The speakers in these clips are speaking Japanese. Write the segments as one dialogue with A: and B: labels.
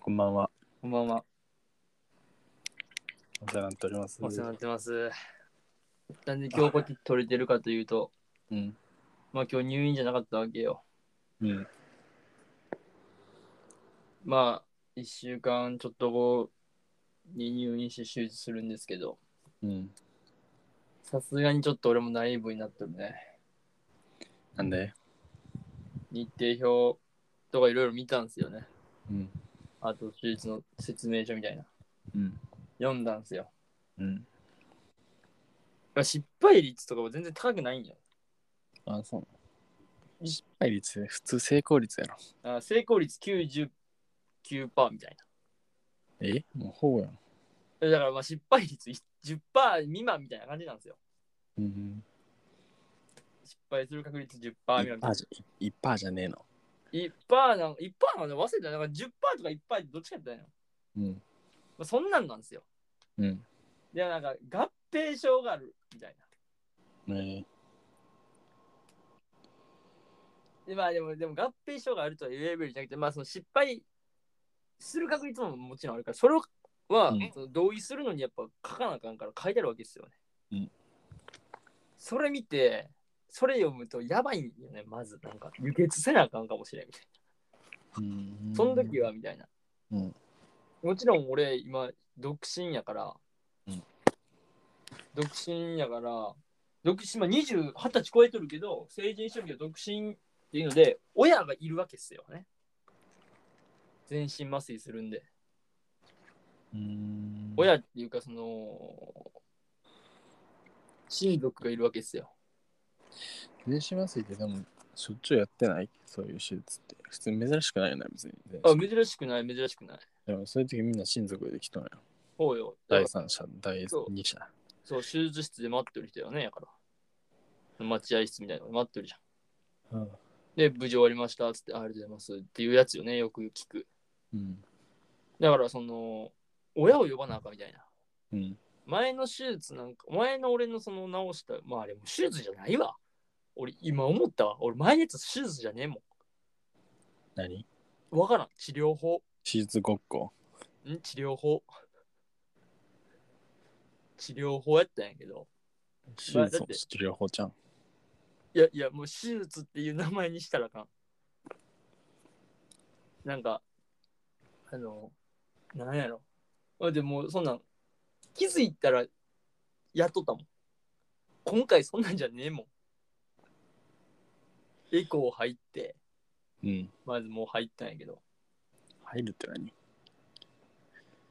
A: こんばんは。
B: こんばんは。
A: お世話になっております。
B: お世話になってます。なんで今日こっち取れてるかというと、
A: うん。
B: まあ今日入院じゃなかったわけよ。
A: うん。
B: まあ、1週間ちょっと後に入院して手術するんですけど、
A: うん。
B: さすがにちょっと俺もナイーブになってるね。
A: なんで
B: 日程表とかいろいろ見たんですよね。
A: うん。
B: あと手術の説明書みたいな。
A: うん。
B: 読んだんですよ。
A: うん。
B: まあ失敗率とかも全然高くないんよ。
A: あ、そう。失敗率、普通成功率やろ。
B: あ成功率99%みたい
A: えもうほぼやん。
B: な。だからまあ失敗率10%未満みたいな感じなんですよ。
A: うん。
B: 失敗する確率10%未満みたいな。
A: 1%パーじゃねえの。
B: 1%なん1%なんで忘れたなんか10%とか1%ってどっちかやったんやま
A: うん。
B: あ、そんなんなんですよ。
A: うん。
B: で、なんか合併症があるみたいな。
A: ね
B: で、まあでも、でも合併症があるとは言えるよりじゃなくて、まあその失敗する確率ももちろんあるから、それは、
A: うん
B: その同意するのにやっぱ書かなあかんから書いてあるわけですよね。
A: うん
B: それ見て、それ読むとやばいんよね、まず。なんか、輸血せなあかんかもしれんみたいな。
A: うん。
B: その時はみたいな。
A: うん。
B: もちろん俺今独身やから、
A: うん
B: 独身やから独身まあ20 20歳超えとるけど成人してるけど独身っていうので親がいるわけっすよね全身麻酔するんで、
A: うん。
B: 親っていうかその親族がいるわけっすよ
A: 電子麻酔ってでも、しょっちゅうやってないそういう手術って。普通珍しくないよね、別に。
B: あ珍しくない珍しくない
A: でも、そういう時みんな親族で来たのよ。
B: ほうよ
A: 第三者、第
B: そう
A: 二者。
B: そう手術室で待ってる人よねやから待合室みたいなので待ってるじゃん
A: うん。
B: で無事終わりましたっつってあありがとうございますっていうやつよねよく聞く
A: うん。
B: だからその親を呼ばなあかんみたいな
A: うん。
B: 前の手術なんか前の俺のその治したまああれも手術じゃないわ俺今思ったわ俺前のやつ手術じゃねえも
A: 何
B: んわからん治療法
A: 手術ごっこ。
B: ん治療法治療法やったんやけど
A: 手術の治療法ちゃん。
B: いやいやもう手術っていう名前にしたらあかんなんかあのなんやろあでもそんなん気づいたらやっとったもん今回そんなんじゃねえもんエコー入って
A: うん。
B: まずもう入ったんやけど
A: 入るって何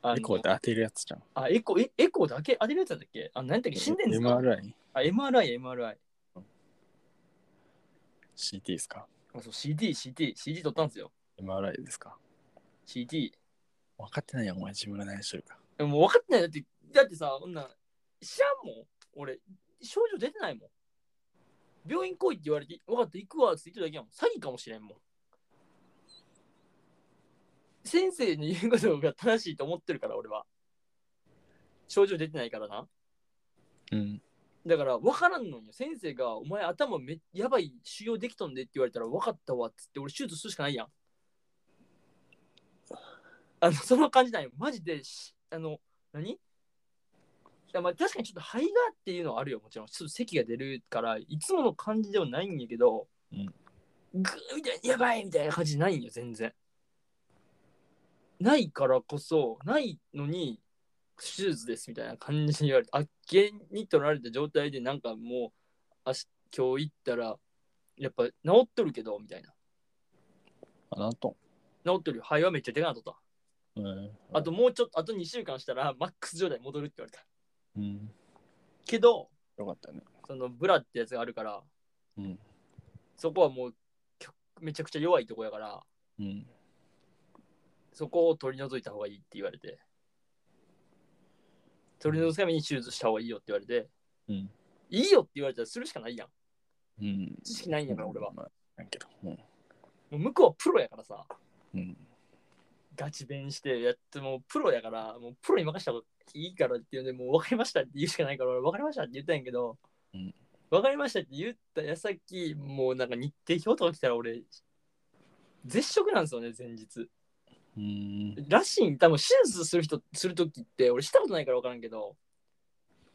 B: あの
A: エコーで当てるやつじゃん。
B: あエコーえエコーだけ当てるやつなんだっけあ何だっけ死んでんすか
A: ?MRI?CT
B: あ MRI MRI
A: ですか
B: あそう CTCTCT 取ったんですよ
A: ?MRI ですか
B: CT
A: 分かってないやん、お前自分が何してるか。
B: でももう分かってないだって、だってさ、こんなん知らんもん。俺、症状出てないもん。病院来いって言われて、分かった、行くわって言ってるだけやもん。詐欺かもしれんもん。先生に言うことが正しいと思ってるから、俺は。症状出てないからな。
A: うん。
B: だから分からんのよ。先生が、お前頭めやばい腫瘍できとんでって言われたら分かったわっつって、俺手術するしかないやん。あの、その感じなんよ。マジでし、あの、何いやまあ確かにちょっと肺がっていうのはあるよ、もちろん。ちょっと咳が出るから、いつもの感じではないんやけど、
A: うん
B: グーみたいな、やばいみたいな感じないんよ、全然。ないからこそ、ないのに、手術ですみたいな感じに言われて、あっけに取られた状態で、なんかもう、明日今日行ったら、やっぱ治っとるけど、みたいな。
A: あの後。
B: 治っとるよ。肺はめっちゃでかなっとった。
A: うん。
B: あともうちょっと、あと2週間したら、マックス状態に戻るって言われた。
A: うん。
B: けど、
A: よかったね。
B: そのブラってやつがあるから、
A: うん。
B: そこはもう、きょめちゃくちゃ弱いとこやから、
A: うん。
B: そこを取り除いた方がいいって言われて、取り除くために手術した方がいいよって言われて、
A: うん。
B: いいよって言われたらするしかないやん。
A: うん。
B: 知識ないんやから、俺は。
A: まあ。だけど。うん。
B: もう向こうはプロやからさ。
A: うん。
B: ガチ弁してやってもうプロやからもうプロに任せた方がいいからっていうのでもう分かりましたって言うしかないから俺分かりましたって言ったんやけど、
A: うん
B: 分かりましたって言った矢先もうなんか日程表とか来たら俺絶食なんですよね前日
A: うーん。
B: らしいん多分手術する人する時って俺したことないから分からんけど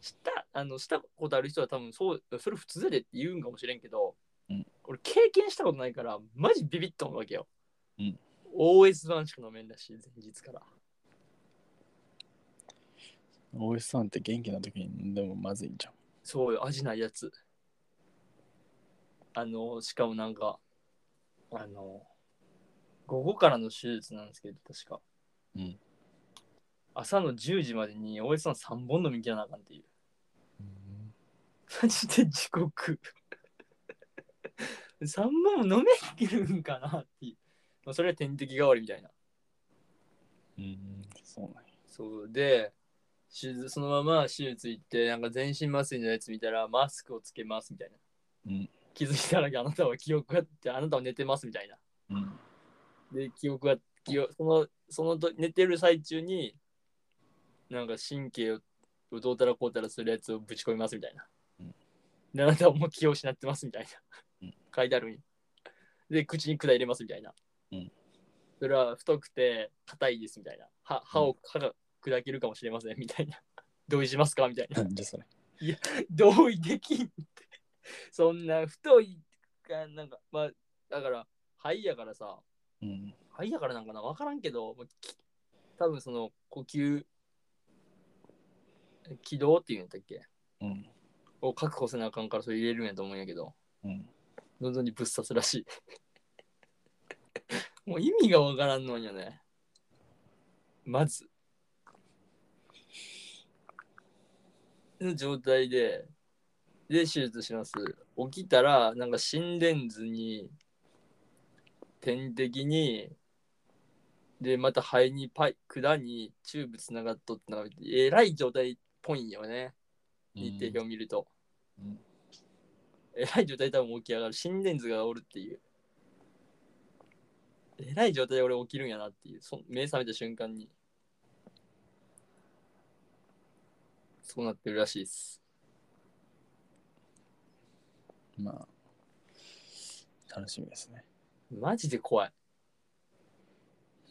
B: したあのしたことある人は多分そうそれ普通やでって言うんかもしれんけど、
A: うん
B: 俺経験したことないからマジビビっとんわけよ、
A: うん、
B: OS 版しか飲めんらしい前日から
A: 大石さんって元気な時に飲んでもまずいんじゃん。
B: そうよ味ないやつあのしかもなんかあの午後からの手術なんですけど確か、
A: うん
B: 朝の10時までに大江さん3本飲み切らなあかんっていうマジで地獄。3本も飲めるんかなっていう。まあ、それは点滴代わりみたいな。
A: うん。そうなんや。
B: そうで、手術そのまま手術行って、なんか全身麻酔のやつ見たら、マスクをつけますみたいな。
A: うん
B: 気づいたら、あなたは記憶があって、あなたは寝てますみたいな。
A: うん。
B: で、記憶が、記憶その、そのと寝てる最中に、なんか神経をどうたらこうたらするやつをぶち込みますみたいな。
A: うん
B: で、あなたはもう気を失ってますみたいな。
A: うん
B: 書いてあるに。で、口に管入れますみたいな。
A: うん
B: それは太くて硬いですみたいな。歯歯を歯が砕けるかもしれませんみたいな。 同意しますかみたい な。
A: なんじゃそれ。
B: 同意できんって。そんな太いか、なんか、まあ、だから、肺やからさ、
A: うん。
B: 肺やからなんかな分からんけど、もうき多分その呼吸気道っていうんだっけ
A: うん。
B: を確保せなあかんからそれ入れるんやと思うんやけど
A: うん。
B: どんどんにぶっ刺すらしい もう意味が分からんのんよねまずの状態でで手術します起きたらなんか心電図に点滴にでまた肺にパイ管にチューブつながっとってなんかえらい状態っぽいんよね日程表見ると、
A: うん
B: えらい状態で多分起き上がる心電図がおるっていうえらい状態で俺起きるんやなっていうそ目覚めた瞬間にそうなってるらしいです
A: まあ、楽しみですね。
B: マジで怖い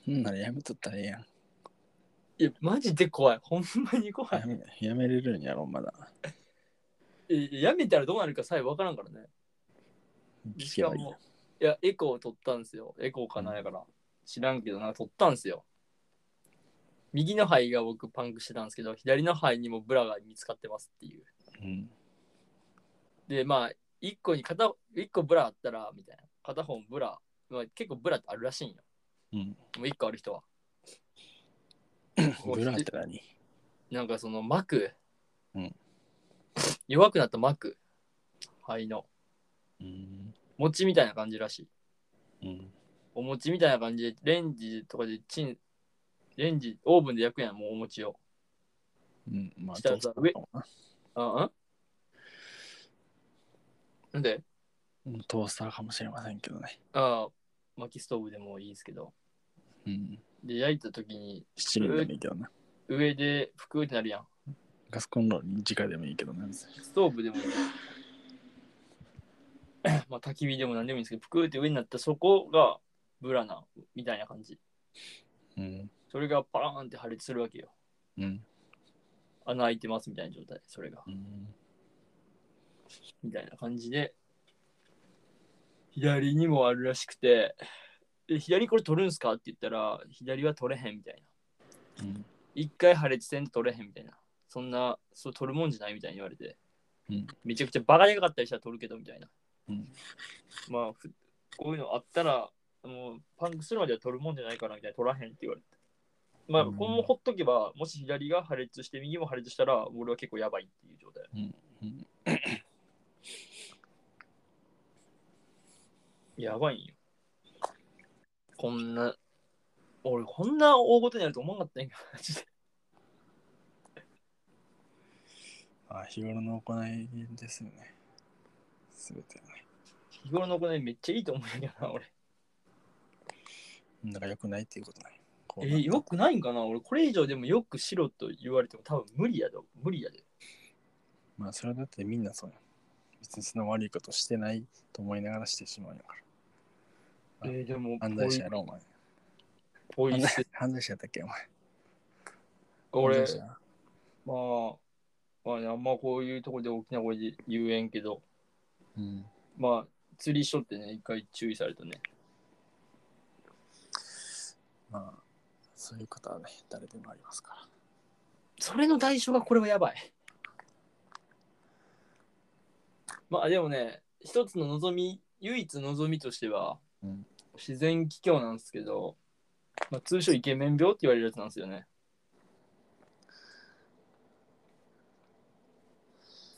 A: うん、あれやめとったらええやん。
B: いやマジで怖いほんまに怖い
A: やめやめれるんやろ、まだ。
B: えやめたらどうなるかさえ分からんからね
A: 聞
B: し
A: け
B: か
A: ばいい。
B: も、いや、エコーを取ったんですよ。エコーかなやから。知らんけどな、取ったんですよ。右の肺が僕パンクしてたんですけど、左の肺にもブラが見つかってますっていう。
A: うん。
B: で、まあ、一個に片、一個ブラあったら、みたいな。片方もブラ、まあ、結構ブラってあるらしいんよ。
A: うん。
B: もう一個ある人は。
A: ブラって何
B: なんかその膜、
A: うん
B: 弱くなった膜、肺の、
A: うん。
B: 餅みたいな感じらしい。
A: うん。
B: お餅みたいな感じでレンジとかでチンレンジオーブンで焼くやんもうお餅を
A: うん。まあ、
B: した
A: ど
B: ら
A: うするかもな
B: ああなんで
A: うんトースターかもしれませんけどね。
B: ああ薪ストーブでもいいですけど
A: うん。
B: で焼いた時に
A: 七輪でもいいけどな。
B: 上で服ってなるやん
A: ガスコンロに直でもいいけどな。別に
B: ストーブでもいい まあ焚き火でも何でもいいんですけど服って上になったそこがブラナみたいな感じ
A: うん。
B: それがパーンって破裂するわけよ
A: うん。
B: 穴開いてますみたいな状態それが
A: うん。
B: みたいな感じで、左にもあるらしくて、で左これ取るんすかって言ったら、左は取れへんみたいな。
A: うん。
B: 一回破裂せんと取れへんみたいな。そんな、そう取るもんじゃないみたいに言われて、
A: うん
B: めちゃくちゃバカでかかったりしたら取るけどみたいな。
A: うん
B: まあふ、こういうのあったら、もうパンクするまでは取るもんじゃないからみたいな、取らへんって言われて。まあ、
A: うん
B: このままほっとけば、もし左が破裂して、右も破裂したら、俺は結構やばいっていう状態。
A: うんうん
B: やばいんよ。こんな、俺、こんな大ごとになると思わなかったんやけど、マジで。
A: あ日頃の行いですよね。すべてはね。
B: 日頃の行いめっちゃいいと思うんやけど な、俺。
A: なんか良くないっていうことない。こ
B: え
A: うなった
B: ーよくないんかな俺、これ以上でもよくしろと言われても多分無理やで。無理やで。
A: まあそれはだってみんなそうやん。別にその悪いことしてないと思いながらしてしまうんやから。
B: えーでも、
A: 犯
B: こう
A: 罪者
B: い
A: や
B: う
A: ろお前。
B: ポイ捨て。
A: 犯罪者だったっけお前。
B: 俺
A: 犯罪、者
B: まあ、まあね、あんまこういうとこで大きな声で言えんけど、
A: うん。
B: まあ、釣りしとってね、一回注意されたね。
A: まあ、そういうことはね、誰でもありますから。
B: それの代償がこれはやばい。まあでもね、一つの望み、唯一望みとしては、
A: うん
B: 自然気境なんですけど、まあ、通称イケメン病って言われるやつなんですよね。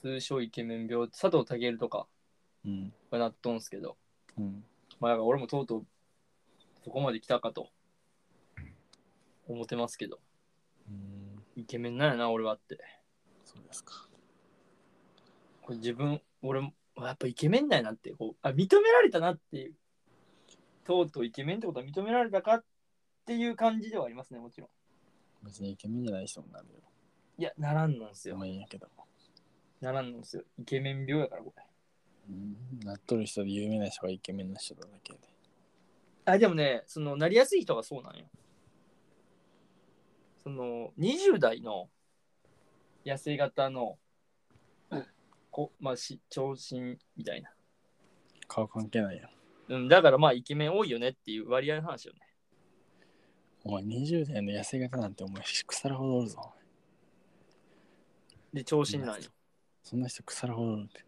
B: 通称イケメン病って佐藤健とか
A: うん。
B: がなっとんすけど、
A: うん。
B: まあだから俺もとうとうそこまで来たかと思ってますけど、
A: うん。
B: イケメンなんやな、俺はって。
A: そうですか。
B: これ自分俺もやっぱイケメンだよなってこうあ認められたなっていうとうとうイケメンってことは認められたかっていう感じではありますねもちろん
A: 別にイケメンじゃない人になるよ。
B: いやならんなんす
A: で
B: よ
A: もいいんやけども。
B: ならんなんすよイケメン病やからこれ
A: うん。なっとる人で有名な人がイケメンな人だだけで。
B: あでもねそのなりやすい人がそうなんよその20代の痩せ型のこまあし長身みたいな、
A: 顔関係ないやん。
B: うん、だからまあイケメン多いよねっていう割合の話よね
A: お前20代の痩せ型なんてお前腐るほどおるぞ。お前
B: で長身なんよ
A: そんな人腐るほどおるって。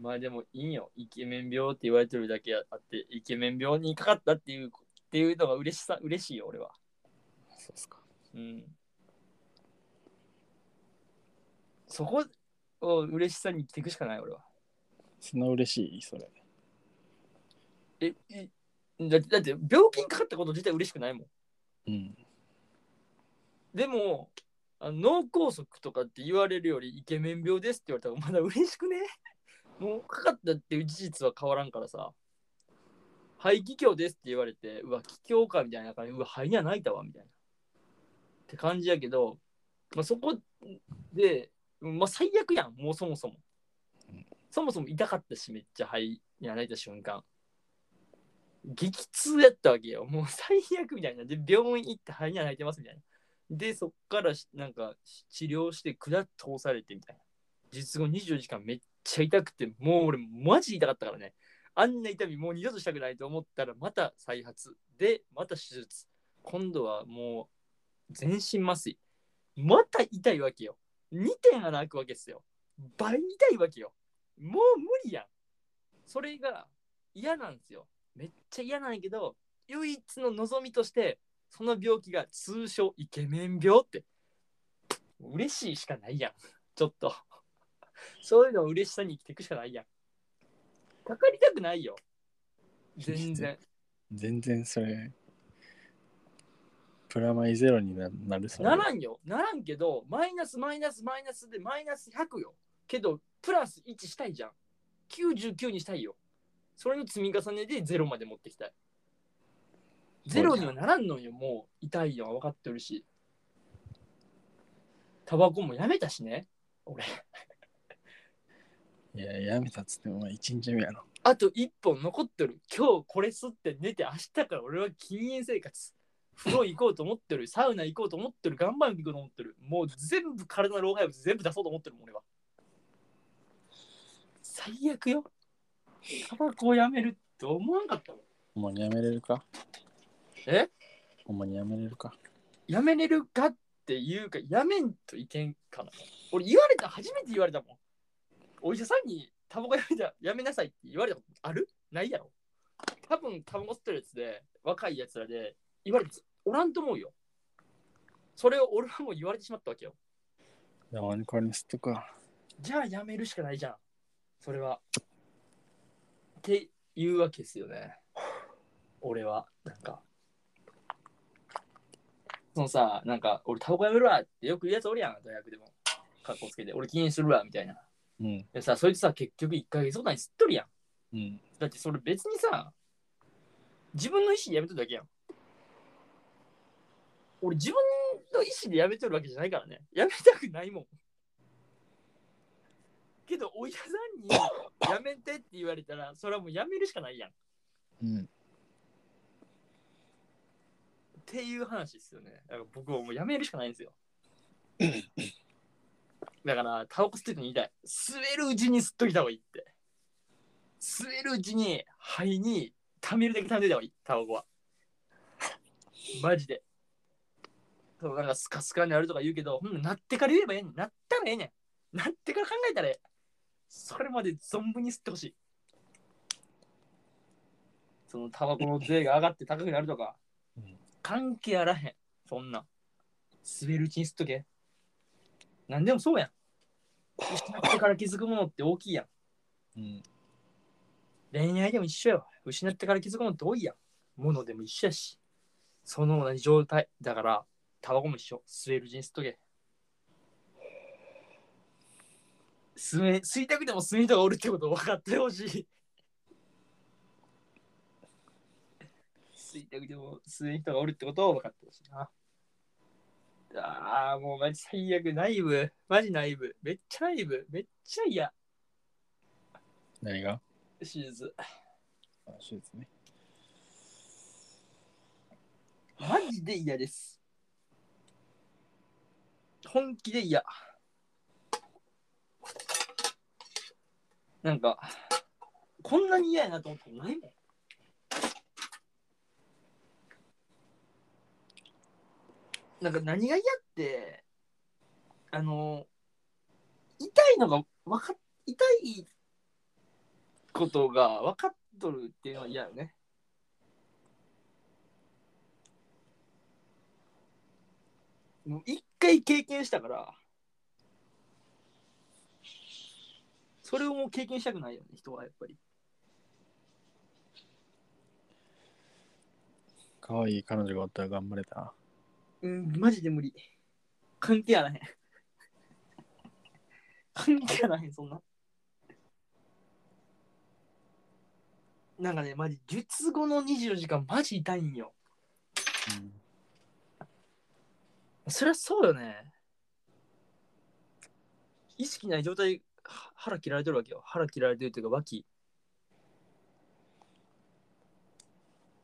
B: まあでもいいよ。イケメン病って言われてるだけあって、イケメン病にかかったっていうっていうのが嬉しさ、嬉しいよ、俺は。
A: そうっすか。
B: うん。そこを嬉しさに生きていくしかない、俺は。
A: そんな嬉しいそれ。
B: え、えだってだって病気にかかったこと自体嬉しくないもん。
A: うん。
B: でも、あの脳梗塞とかって言われるよりイケメン病ですって言われたらまだ嬉しくね もうかかったっていう事実は変わらんからさ。肺気胸ですって言われて、うわ、気胸かみたいな感じ、うわ、肺には泣いたわみたいな。って感じやけど、まあ、そこで、まあ、最悪やん、もうそもそも
A: うん。
B: そもそも痛かったし、めっちゃ肺には泣いた瞬間。激痛やったわけよ。もう最悪みたいな。で、病院行って肺には泣いてますみたいな。で、そっからしなんかし治療して管通されてみたいな。術後24時間めっちゃ痛くて、もう俺マジ痛かったからね。あんな痛みもう二度としたくないと思ったらまた再発。で、また手術。今度はもう全身麻酔。また痛いわけよ。2点穴開くわけですよ。倍痛いわけよ。もう無理やん。それが嫌なんですよ。めっちゃ嫌なんやけど、唯一の望みとして、その病気が通称イケメン病って嬉しいしかないやんちょっとそういうのを嬉しさに生きていくしかないやんかかりたくないよ全然
A: 全然それ。プラマイゼロにななるそれ。
B: ならんよならんけどマイナスマイナスマイナスでマイナス100よけどプラス1したいじゃん99にしたいよそれの積み重ねで0まで持ってきたいゼロにはならんのよ、もう痛いよ、分かってるし。タバコもやめたしね、俺。
A: いや、やめたっつっても、お前1日目やろ。
B: あと1本残ってる。今日これ吸って寝て、明日から俺は禁煙生活。風呂行こうと思ってる、サウナ行こうと思ってる、岩盤浴行こうと思ってる。もう全部体の老廃物全部出そうと思ってるもん、俺は。最悪よ。タバコをやめるって思わんかったもん。
A: お前にやめれるか
B: え
A: お前にやめれるか
B: やめれるかっていうか、やめんといけんかな。俺言われた、初めて言われたもん。お医者さんにタバコやめたやめなさいって言われたことあるないやろ。多分タバコ吸ってるやつで、若いやつらで、言われておらんと思うよ。それを俺はもう言われてしまったわけよ。
A: じゃあ、お前に代わりに吸っとくわ。
B: じゃあやめるしかないじゃん。それは。っていうわけですよね。俺は、なんか。そのさ、なんか、俺タバコやめるわってよく言うやつおるやん、大学でも。かっこつけて、俺禁煙するわ、みたいな。
A: うん。
B: でさ、そいつさ、結局1ヶ月ごとに吸っとるや
A: う
B: ん。
A: ん。
B: だってそれ別にさ、自分の意思でやめとるだけやん。俺自分の意思でやめとるわけじゃないからね。やめたくないもん。けど、お医者さんにやめてって言われたら、それはもうやめるしかないやん。
A: うん。
B: っていう話ですよね。だから僕はもうやめるしかないんですよ。だから、タバコ吸ってて言いたい。吸えるうちに吸っといた方がいいって。吸えるうちに肺に溜めるだけ溜めといた方がいい、タバコは。マジで。そうなんかスカスカになるとか言うけど、うん、なってから言えばええねん。なったらええねん。なってから考えたらええ。それまで存分に吸ってほしい。そのタバコの税が上がって高くなるとか
A: うん、
B: 関係あらへん。そんなん。滑るうちに吸っとけ。なんでもそうやん。失ってから気づくものって大きいや
A: う
B: ん。
A: ん。
B: 恋愛でも一緒よ。失ってから気づくものって多いやん。ものでも一緒やし。その同じ状態。だから、タバコも一緒。吸えるうちに吸っとけ。吸え、吸いたくても吸い人がおるってことを分かってほしい。吸いたくても吸え人がおるってことを分かってほしいな。ああ、もうマジ最悪。内部。マジ内部。めっちゃ内部。めっちゃ嫌。
A: 何が
B: 手術。
A: あ手術ね。
B: マジで嫌です。本気で嫌。なんか、こんなに嫌やなと思ったことないもん。なんか何が嫌って、あの、痛いのがわかっ、痛いことが分かっとるっていうのは嫌よね。もう一回経験したから、それをもう経験したくないよね、人はやっぱり。
A: 可愛い彼女がおったら頑張れた。
B: うん、マジで無理。関係あらへん。 関係あらへん、そんな。なんかね、マジ、術後の24時間、マジ痛いんよ。そりゃそうよね。意識ない状態、は腹切られてるわけよ。腹切られてるというか、脇。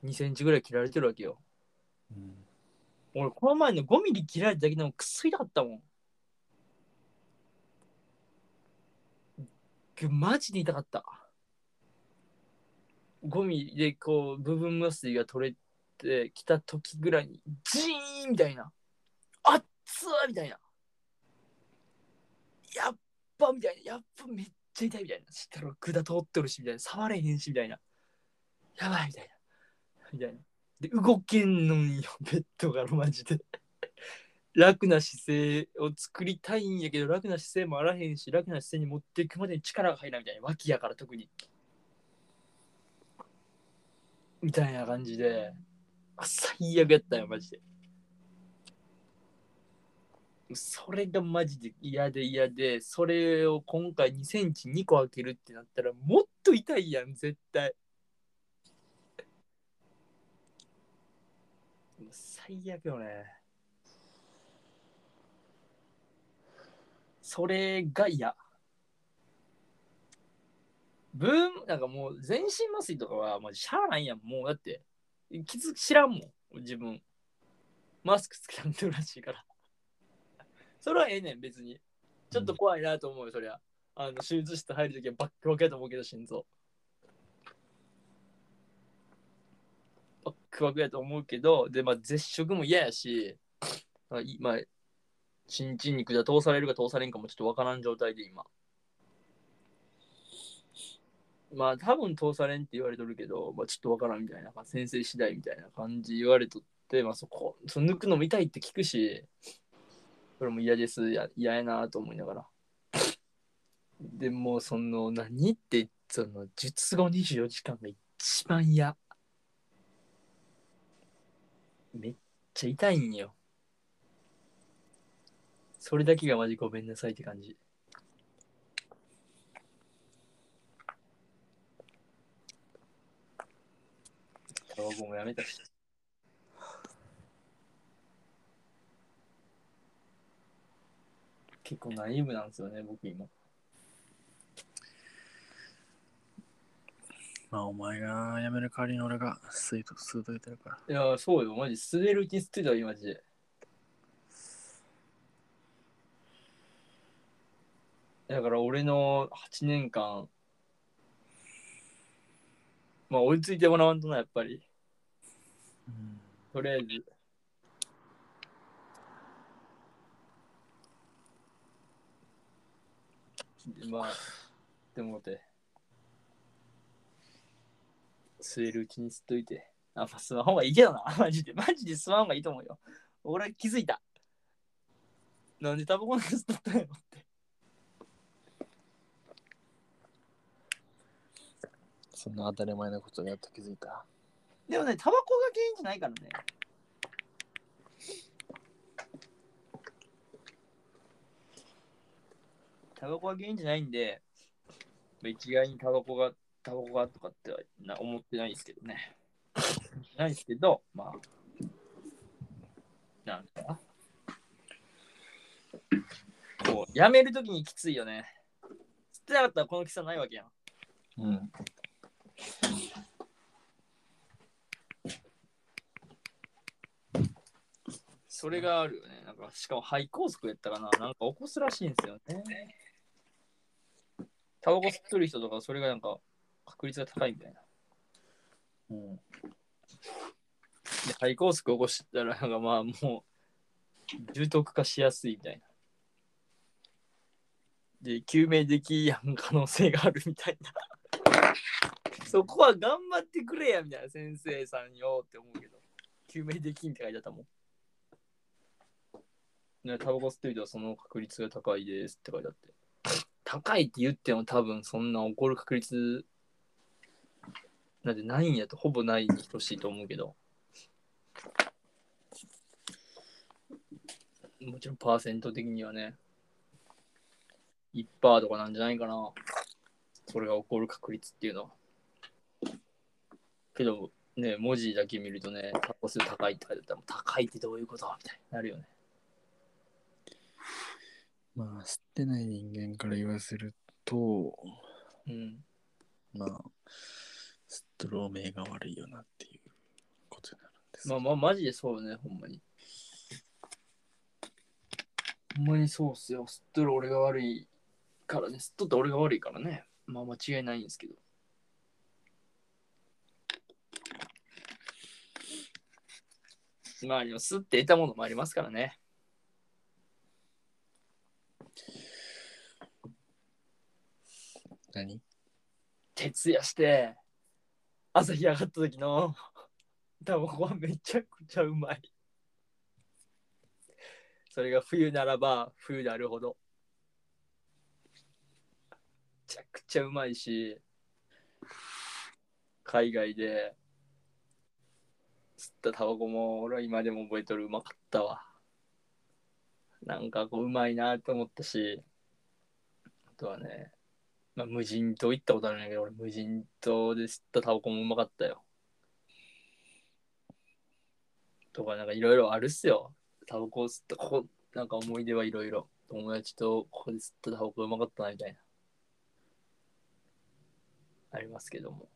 B: 2センチぐらい切られてるわけよ。
A: うん。
B: 俺、この前の5ミリ切られただけでもくすいだったもん。ぐマジで痛かった。5ミリでこう、部分麻酔が取れてきた時ぐらいに、ジーンみたいな。あっつーみたいな。やっぱみたいな。やっぱめっちゃ痛いみたいな。したら管通ってるしみたいな。触れへんしみたいな。やばいみたいな。みたいな。で動けんのんよベッドがマジで 楽な姿勢を作りたいんやけど楽な姿勢もあらへんし楽な姿勢に持っていくまでに力が入らないみたいな脇やから特にみたいな感じであ最悪やったよマジでそれがマジで嫌で嫌でそれを今回2センチ2個開けるってなったらもっと痛いやん絶対もう最悪よね。それが嫌。ブーム、なんかもう全身麻酔とかはもうしゃあないやん。もうだって、気づ知らんもん、自分。マスクつけらんてるらしいから。それはええねん、別に。ちょっと怖いなと思うよ、そりゃ。あの手術室入るときはバックバクやと思うけど、心臓。バックバクやと思うけど、で、まあ、絶食も嫌やし、まあ、いまあ、チンチン肉が通されるか通されんかもちょっとわからん状態で今。まあ、多分通されんって言われとるけど、まあ、ちょっとわからんみたいな、まあ、先生次第みたいな感じ言われとって、まあ、そこ、その抜くのも痛いって聞くし、それも嫌です、や嫌やなと思いながら。でも、その、何って、その、術後24時間が一番嫌。めっちゃ痛いんよ。それだけがマジごめんなさいって感じ。タバコもやめたし。結構ナイーブなんですよね、僕今。
A: まあお前が辞める代わりに俺が吸いと吸うといてるから。
B: いや、そうよ、マジ。吸えるうちに吸っといた方がいい、マジで。だから俺の8年間、まあ追いついてもらわんとな、やっぱり。
A: うん。
B: とりあえず。まあ、でもて。吸えるうちに吸っといて。あ、まあ、吸わん方がいいけどな。 マジで。マジで吸わん方がいいと思うよ。俺は気づいた。なんでタバコなんか吸っとったんやろって。
A: そんな当たり前なことにやっと気づいた。
B: でもね、タバコが原因じゃないからね。タバコが原因じゃないんで、まあ一概にタバコが、タバコがとかってはな思ってないですけどね。ないですけど、まあ。なんか。こう、やめるときにきついよね。吸ってなかったらこのきつさないわけやん。
A: うん。
B: それがあるよね。なんかしかも肺梗塞やったかな。なんか起こすらしいんですよね。タバコ吸っとる人とか、それがなんか確率が高いみたいな。
A: うん。
B: で、肺梗塞起こしたら、なんかまあもう、重篤化しやすいみたいな。で、救命できやん可能性があるみたいな。 そこは頑張ってくれやみたいな、先生さんよって思うけど。救命できんって書いてあったもん。ね、タバコ吸ってる人はその確率が高いですって書いてあって。高いって言っても多分そんな起こる確率なんてないんやとほぼないに等しいと思うけど。もちろんパーセント的にはね、1%とかなんじゃないかな。それが起こる確率っていうのは。けど、ね、文字だけ見るとね、タコ数高いって書いてあったら、高いってどういうことみたいになるよね。
A: まあ、吸ってない人間から言わせると、
B: うん。
A: まあ、吸っとるおめえが悪いよなっていうことになるんです。
B: まあまあ、マジでそうね、ほんまに。ほんまにそうっすよ。吸っとる俺が悪いからね、吸っとった俺が悪いからね。まあ間違いないんですけど。まあ、でも吸って得たものもありますからね。
A: 何
B: 徹夜して、朝日上がった時のタバコはめちゃくちゃうまい。それが冬ならば冬であるほど。めちゃくちゃうまいし、海外で吸ったタバコも俺は今でも覚えとるうまかったわ。なんかこううまいなと思ったし、あとはね、まあ、無人島行ったことあるんやけど、俺無人島で吸ったタバコもうまかったよ。とか、なんかいろいろあるっすよ。タバコ吸った、ここ、なんか思い出はいろいろ。友達とここで吸ったタバコうまかったな、みたいな。ありますけども。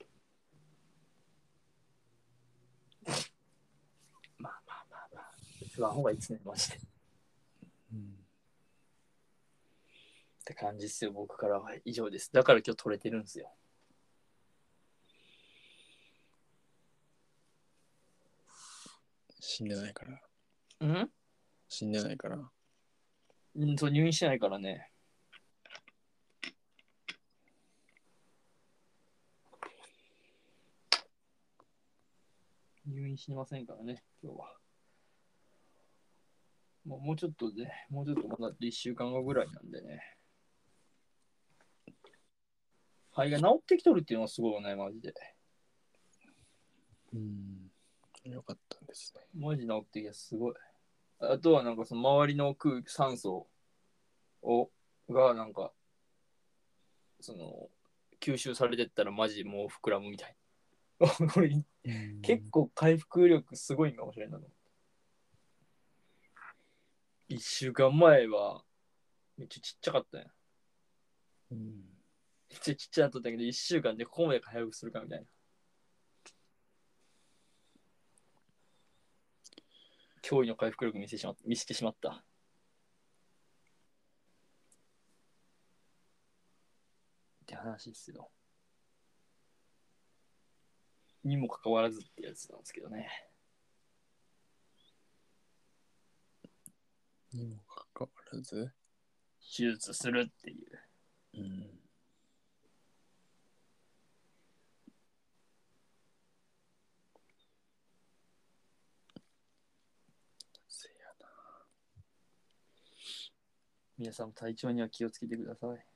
B: まあまあまあまあ。吸わん方がいいっすね、マジで。
A: うん。
B: って感じですよ、僕からは以上です。だから今日取れてるんですよ。
A: 死んでないから。
B: うん
A: 死んでないから。
B: うん、そう、入院してないからね。入院してませんからね、今日は。もうもうちょっとで、もうちょっとまだ1週間後ぐらいなんでね。肺が治ってきとるっていうのはすごいよね、マジで。
A: うん。よかったんですね。
B: マジ治ってきた、すごい。あとはなんかその周りの空気、酸素を、がなんか、その、吸収されてったらマジもう膨らむみたい。 これ結構回復力すごいんかもしれんないの。1週間前はめっちゃちっちゃかったんや。
A: うん。
B: めっちゃちっちゃなっとったけど、1週間でここまで回復するかみたいな。驚異の回復力見せてしま見せてしまった。って話ですよ。にもかかわらずってやつなんですけどね。
A: にもかかわらず、
B: 手術するっていう。
A: うん、せやな
B: 皆さんも体調には気をつけてください。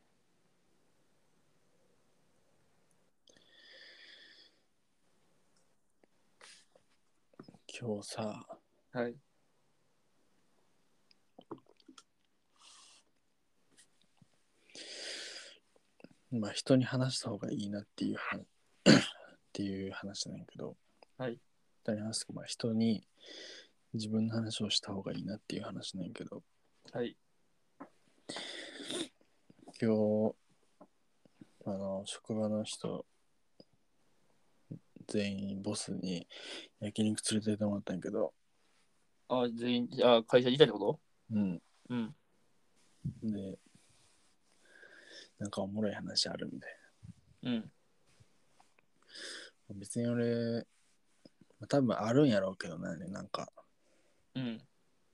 A: 今日さ
B: はい。
A: まあ人に話した方がいいなっていう話っていう話なんやけど、
B: はい、
A: 人に話すまあ人に自分の話をした方がいいなっていう話なんやけど
B: はい。
A: 今日あの職場の人全員ボスに焼肉連れてってもらったんやけど、
B: あ、全員、あ、会社にいたってこ
A: うん、
B: とうん。
A: でなんかおもろい話あるみたい
B: うん。
A: な別に俺まあ多分あるんやろうけどななんか
B: うん。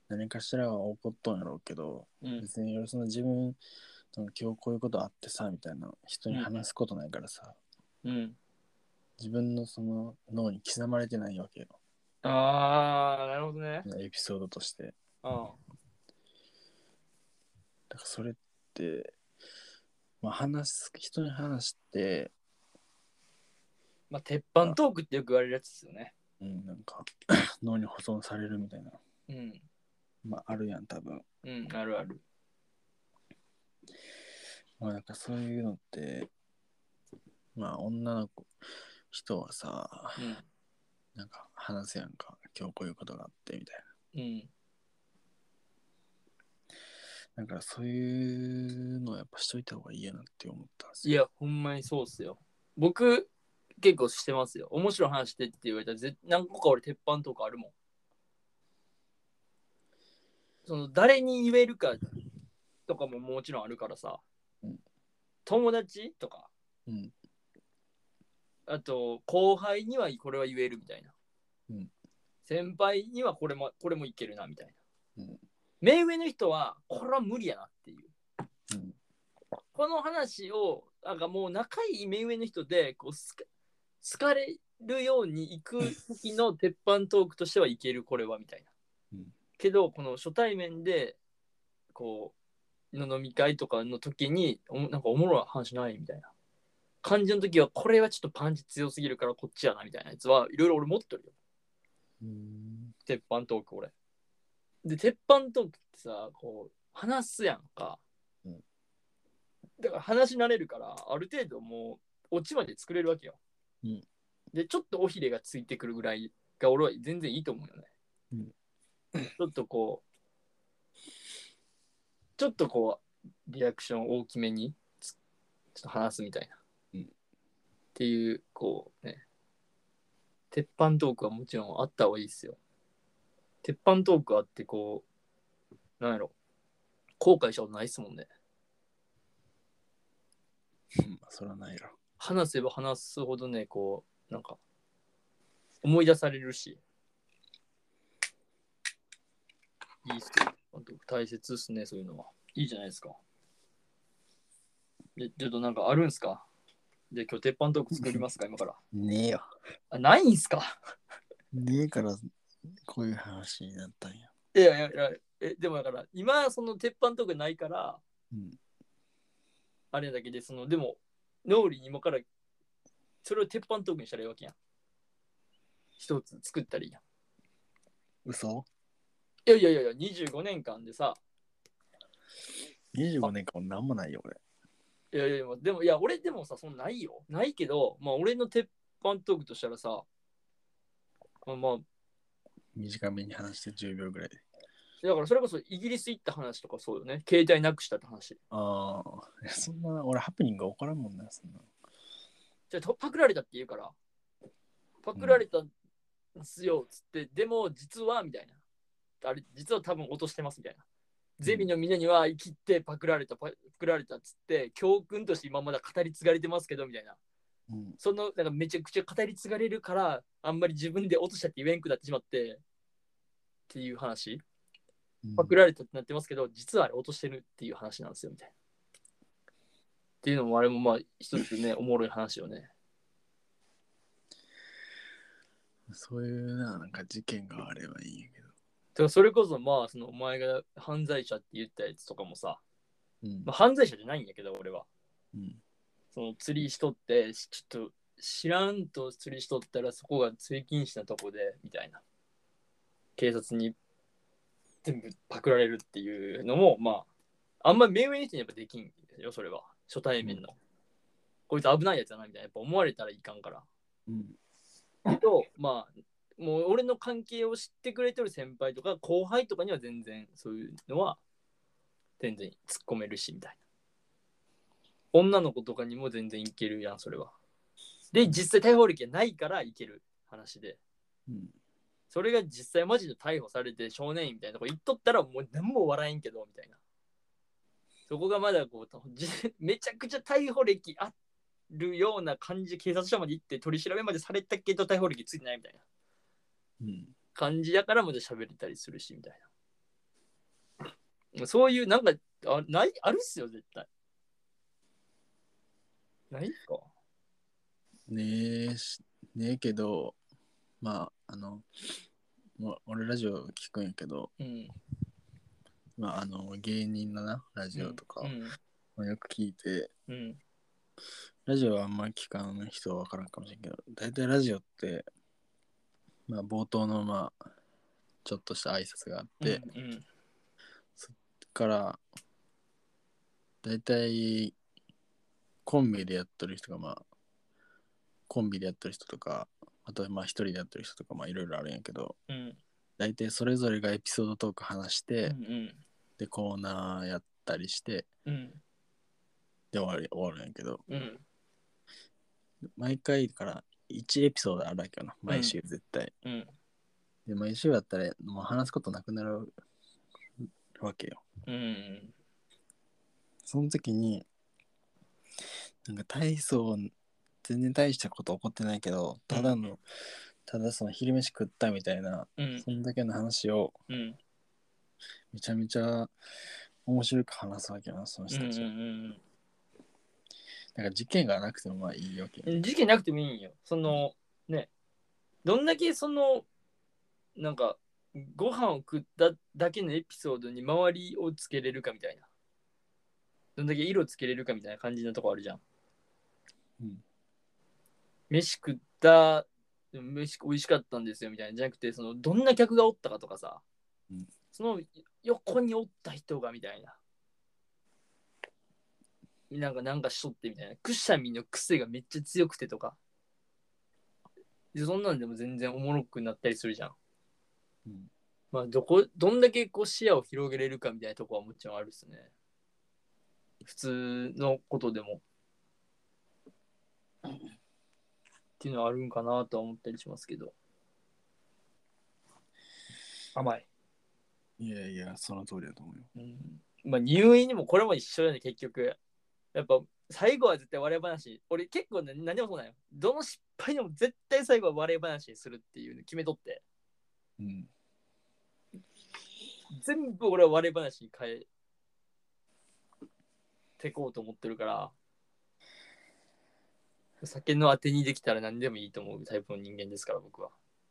A: 何かしらは起こっとんやろうけど
B: うん。
A: 別に俺その自分なんか今日こういうことあってさみたいな人に話すことないからさ、
B: うん。
A: 自分のその脳に刻まれてないわけよ
B: ああ、なるほどね。
A: エピソードとして
B: あ
A: だからそれって、まあ、話す人に話して、
B: まあ、鉄板トークってよく言われるやつですよね。
A: うん、なんか 脳に保存されるみたいな、
B: うん。
A: まあ、あるやん多分、
B: うん、あるある。
A: まあ、なんかそういうのってまあ女の子人はさ
B: うん。
A: なんか話すやんか今日こういうことがあってみたい
B: うん。
A: なだからそういうのはやっぱしといた方がいいやなって思ったんです
B: い
A: よ
B: や、ほんまにそうっすよ。僕、結構してますよ。面白い話してって言われたら、ぜ何個か俺、鉄板トークあるもん。その、誰に言えるかとかももちろんあるからさ
A: うん。
B: 友達とか、
A: うん
B: あと、後輩にはこれは言えるみたいな。
A: うん
B: 先輩にはこれも、これもいけるなみたいな。
A: うん
B: 目上の人は、これは無理やなっていう。
A: うん
B: この話を、なんかもう仲いい目上の人で、こう、すか好かれるように行く時の鉄板トークとしてはいける、これはみたいな。
A: うん
B: けど、この初対面で、こう、の飲み会とかの時に、おもなんかおもろい話ないみたいな。感じの時は、これはちょっとパンチ強すぎるからこっちやなみたいなやつはいろいろ俺持ってるよ。
A: うん
B: 鉄板トーク俺。で、鉄板トークってさ、こう、話すやんか。
A: うん
B: だから話し慣れるから、ある程度もう、オチまで作れるわけよ。
A: うん
B: で、ちょっと尾ひれがついてくるぐらいが俺は全然いいと思うよね。
A: うん
B: ちょっとこう、ちょっとこう、リアクション大きめにつ、ちょっと話すみたいな。
A: うん
B: っていう、こうね、鉄板トークはもちろんあった方がいいですよ。鉄板トークあってこうなんやろ後悔したことないっすもんね
A: まあそれはないやろ
B: 話せば話すほどねこうなんか思い出されるしいいっすよ鉄板トーク大切っすねそういうのはいいじゃないですかでちょっとなんかあるんすかで今日鉄板トーク作りますか今から
A: ねえよ
B: あないんすか
A: ねえからこういう話になったんや
B: いやいやいやえでもだから今その鉄板トークないから
A: うん
B: あれだけで、その、でも、脳裏に今から、それを鉄板トークにしたらいいわけやん。一つ作ったらいいやん。
A: 嘘
B: いやいやいやいや、25年間でさ、
A: 25年間俺何もないよ俺
B: いやいやいや、でも、いや、俺でもさ、そんなないよ。ないけど、まあ、俺の鉄板トークとしたらさ、まあまあ、
A: 短めに話して10秒ぐらいで
B: だからそれこそイギリス行った話とかそうよね。携帯なくしたって話。
A: ああ、いやそんな、俺ハプニングが起こらんもんな、そんな。
B: じゃあパクられたって言うから、パクられたんすよっつって、でも実はみたいな。あれ、実は多分落としてますみたいな。ゼミのみんなには生きてパクられた、パクられたっつって、教訓として今まだ語り継がれてますけどみたいな。
A: うん。
B: そのなんかめちゃくちゃ語り継がれるから、あんまり自分で落としたって言えんくなってしまって、っていう話。パクられたってなってますけど、実はあれ落としてるっていう話なんですよみたいな。っていうのもあれもまあ一つね、おもろい話よね。
A: そういうな、なんか事件があればいいんやけど。
B: だからそれこそまあそのお前が犯罪者って言ったやつとかもさ、
A: うん
B: まあ、犯罪者じゃないんやけど俺は
A: うん。
B: その釣りしとってしちょっと知らんと釣りしとったらそこが追禁止なとこでみたいな警察に全部パクられるっていうのもまああんま目上の人にやっぱできんよそれは初対面の、こいつ危ないやつだなみたいなやっぱ思われたらいかんから
A: うん。
B: と、まあ、もう俺の関係を知ってくれてる先輩とか後輩とかには全然そういうのは全然突っ込めるしみたいな。女の子とかにも全然いけるやん、それは。で、実際逮捕歴がないからいける話で。
A: うん。
B: それが実際マジで逮捕されて少年院みたいなとこ行っとったらもう何も笑えんけどみたいな。そこがまだこう じめちゃくちゃ逮捕歴あるような感じで警察署まで行って取り調べまでされたけど逮捕歴ついてないみたいな
A: うん。
B: 感じやからまだ喋れたりするしみたいな。そういうなんかあないあるっすよ絶対。ないか。
A: ねえし、ねえけど、まあ、あの、ま俺ラジオ聞くんやけど、
B: うん。
A: まあ、あの、芸人のな、ラジオとか、
B: う
A: まあよく聞いて、
B: ん。うん。
A: ラジオはあんまり聞かん人は分からんかもしれんけど、大体ラジオって、まあ、冒頭の、まあ、ちょっとした挨拶があって、
B: うん。
A: から、大体、コンビでやってる人が、まあ、コンビでやってる人とか、あとはまあ一人でやってる人とか、まあいろいろあるんやけど、
B: うん。
A: 大体それぞれがエピソードトーク話して、
B: うん。
A: で、コーナーやったりして、
B: うん。
A: で終わり終わるんやけど、
B: うん。
A: 毎回だから1エピソードあるわけよな、毎週絶対。
B: うん。
A: で、毎週だったらもう話すことなくなるわけよ。
B: うん。
A: その時に、なんか大層、全然大したこと起こってないけど、ただの、ただその昼飯食ったみたいな、
B: うん。
A: そんだけの話を
B: うん。
A: めちゃめちゃ面白く話すわけよな、その人たちは。
B: うん
A: なんか事件がなくてもまあいいわけよ。
B: うん、事件なくてもいいんよ。そのね、どんだけそのなんかご飯を食っただけのエピソードに周りをつけれるかみたいな。どんだけ色つけれるかみたいな感じのとこあるじゃん。
A: うん
B: 飯食った、飯美味しかったんですよみたいなじゃなくて、そのどんな客がおったかとかさ、
A: うん
B: その横におった人がみたいな。なんかなんかしとってみたいな。くしゃみの癖がめっちゃ強くてとか。でそんなんでも全然おもろくなったりするじゃん。
A: うん
B: まあどこ、どんだけこう視野を広げれるかみたいなとこはもちろんあるっすね。普通のことでも。っていうのはあるんかなとは思ったりしますけど。甘い。
A: いやいや、その通りだと思うよ。
B: うん、まあ入院にもこれも一緒やね結局やっぱ最後は絶対笑い話俺結構、ね、何でもそうなんよどの失敗でも絶対最後は笑い話にするっていうの決めとって
A: うん。
B: 全部俺は笑い話に変えてこうと思ってるから酒のあてにできたら何でもいいと思うタイプの人間ですから僕は、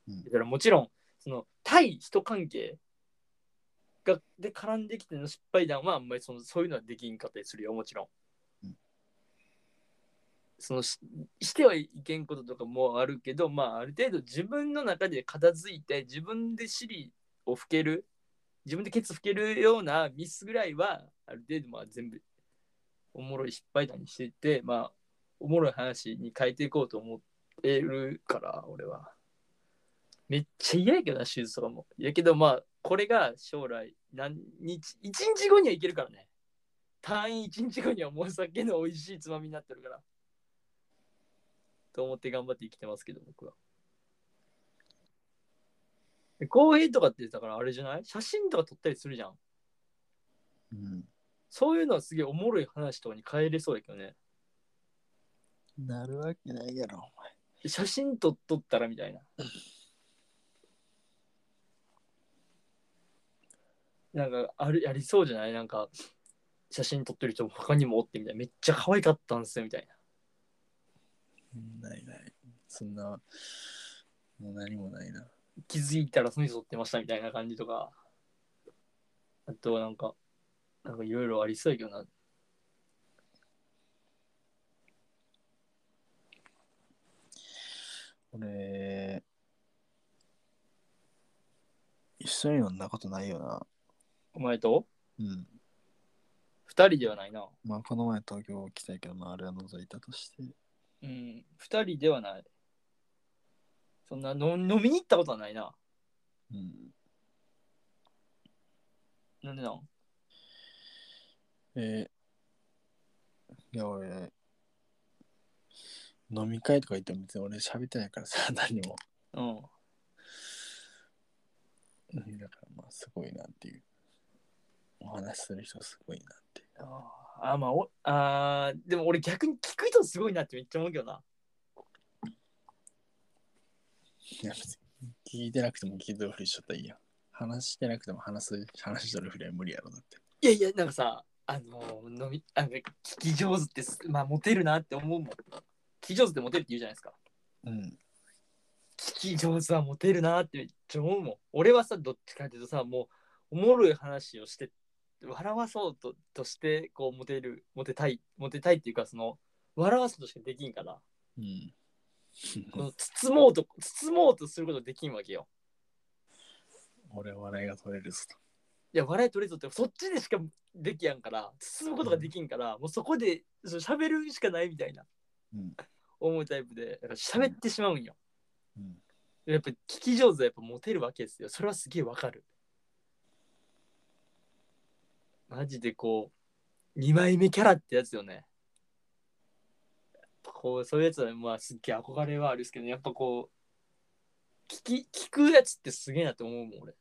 A: うん
B: だからもちろんその対人関係がで絡んできての失敗談はあんまりそのそういうのはできんかったりするよもちろん、
A: うん
B: そのししてはいけんこととかもあるけどまあある程度自分の中で片付いて自分で尻を拭ける自分でケツ拭けるようなミスぐらいはある程度まあ全部おもろい失敗談にしていってまあおもろい話に変えていこうと思ってるから俺はめっちゃ嫌やけどな手術とかもやけどまあこれが将来何日、1日後にはいけるからね。単位1日後にはもう酒の美味しいつまみになってるから。と思って頑張って生きてますけど、僕は。で公平とかってだからあれじゃない写真とか撮ったりするじゃん。
A: うん。
B: そういうのはすげえおもろい話とかに変えれそうやけどね。
A: なるわけないやろ。
B: 写真撮っとったらみたいな。なんかあるやりそうじゃないなんか写真撮ってる人も他にもおってみたいなめっちゃ可愛かったんですよみたいな
A: ないない。そんな、もう何もないな。
B: 気づいたらその人撮ってましたみたいな感じとかあとはなんかなんかいろいろありそうやけどな
A: 俺、一緒に飲んだことないよな。
B: お前と
A: うん。
B: 二人ではないな
A: まあ、この前東京来たけど、まあ、あれは除いたとして。
B: うん二人ではないそんなの飲みに行ったことはないな
A: うん。
B: なんでなん
A: えーいや、俺、飲み会とか行っても別に俺喋ってないからさ、 何も。
B: うん
A: うんだから、まあ、すごいなっていう。お話しする人すごいなっていう。
B: あーあ、まあ、おあーでも俺逆に聞く人すごいなってめっちゃ思うけどな。
A: いや別に聞いてなくても聞いてるふりしちゃったらいいやん。話してなくても話す、話しとるふりは無理やろだって。
B: いやいや、なんかさ、あのー、飲み、あの、聞き上手ってす、まあ、モテるなって思うもん。聞き上手ってモテるって言うじゃないですか。
A: うん。
B: 聞き上手はモテるなってめっちゃ思うもん。俺はさ、どっちかっていうとさ、もう、おもろい話をして、笑わそうととして、こう、モテる、モテたい、モテたいっていうか、その、笑わすとしかできんから、
A: うん。
B: この包もうと、包もうとすることできんわけよ。
A: 俺は笑いが取れるぞと。
B: いや笑い取れぞってそっちでしかできやんから包むことができんから、もうそこでそう喋るしかないみたいな
A: うん。
B: 思うタイプでだから喋ってしまうんよ、
A: うん。
B: やっぱ聞き上手はやっぱモテるわけですよそれはすげえわかるマジでこう2枚目キャラってやつよねこうそういうやつはまあすっげえ憧れはあるんですけどやっぱこう聞き聞くやつってすげえなと思うもん俺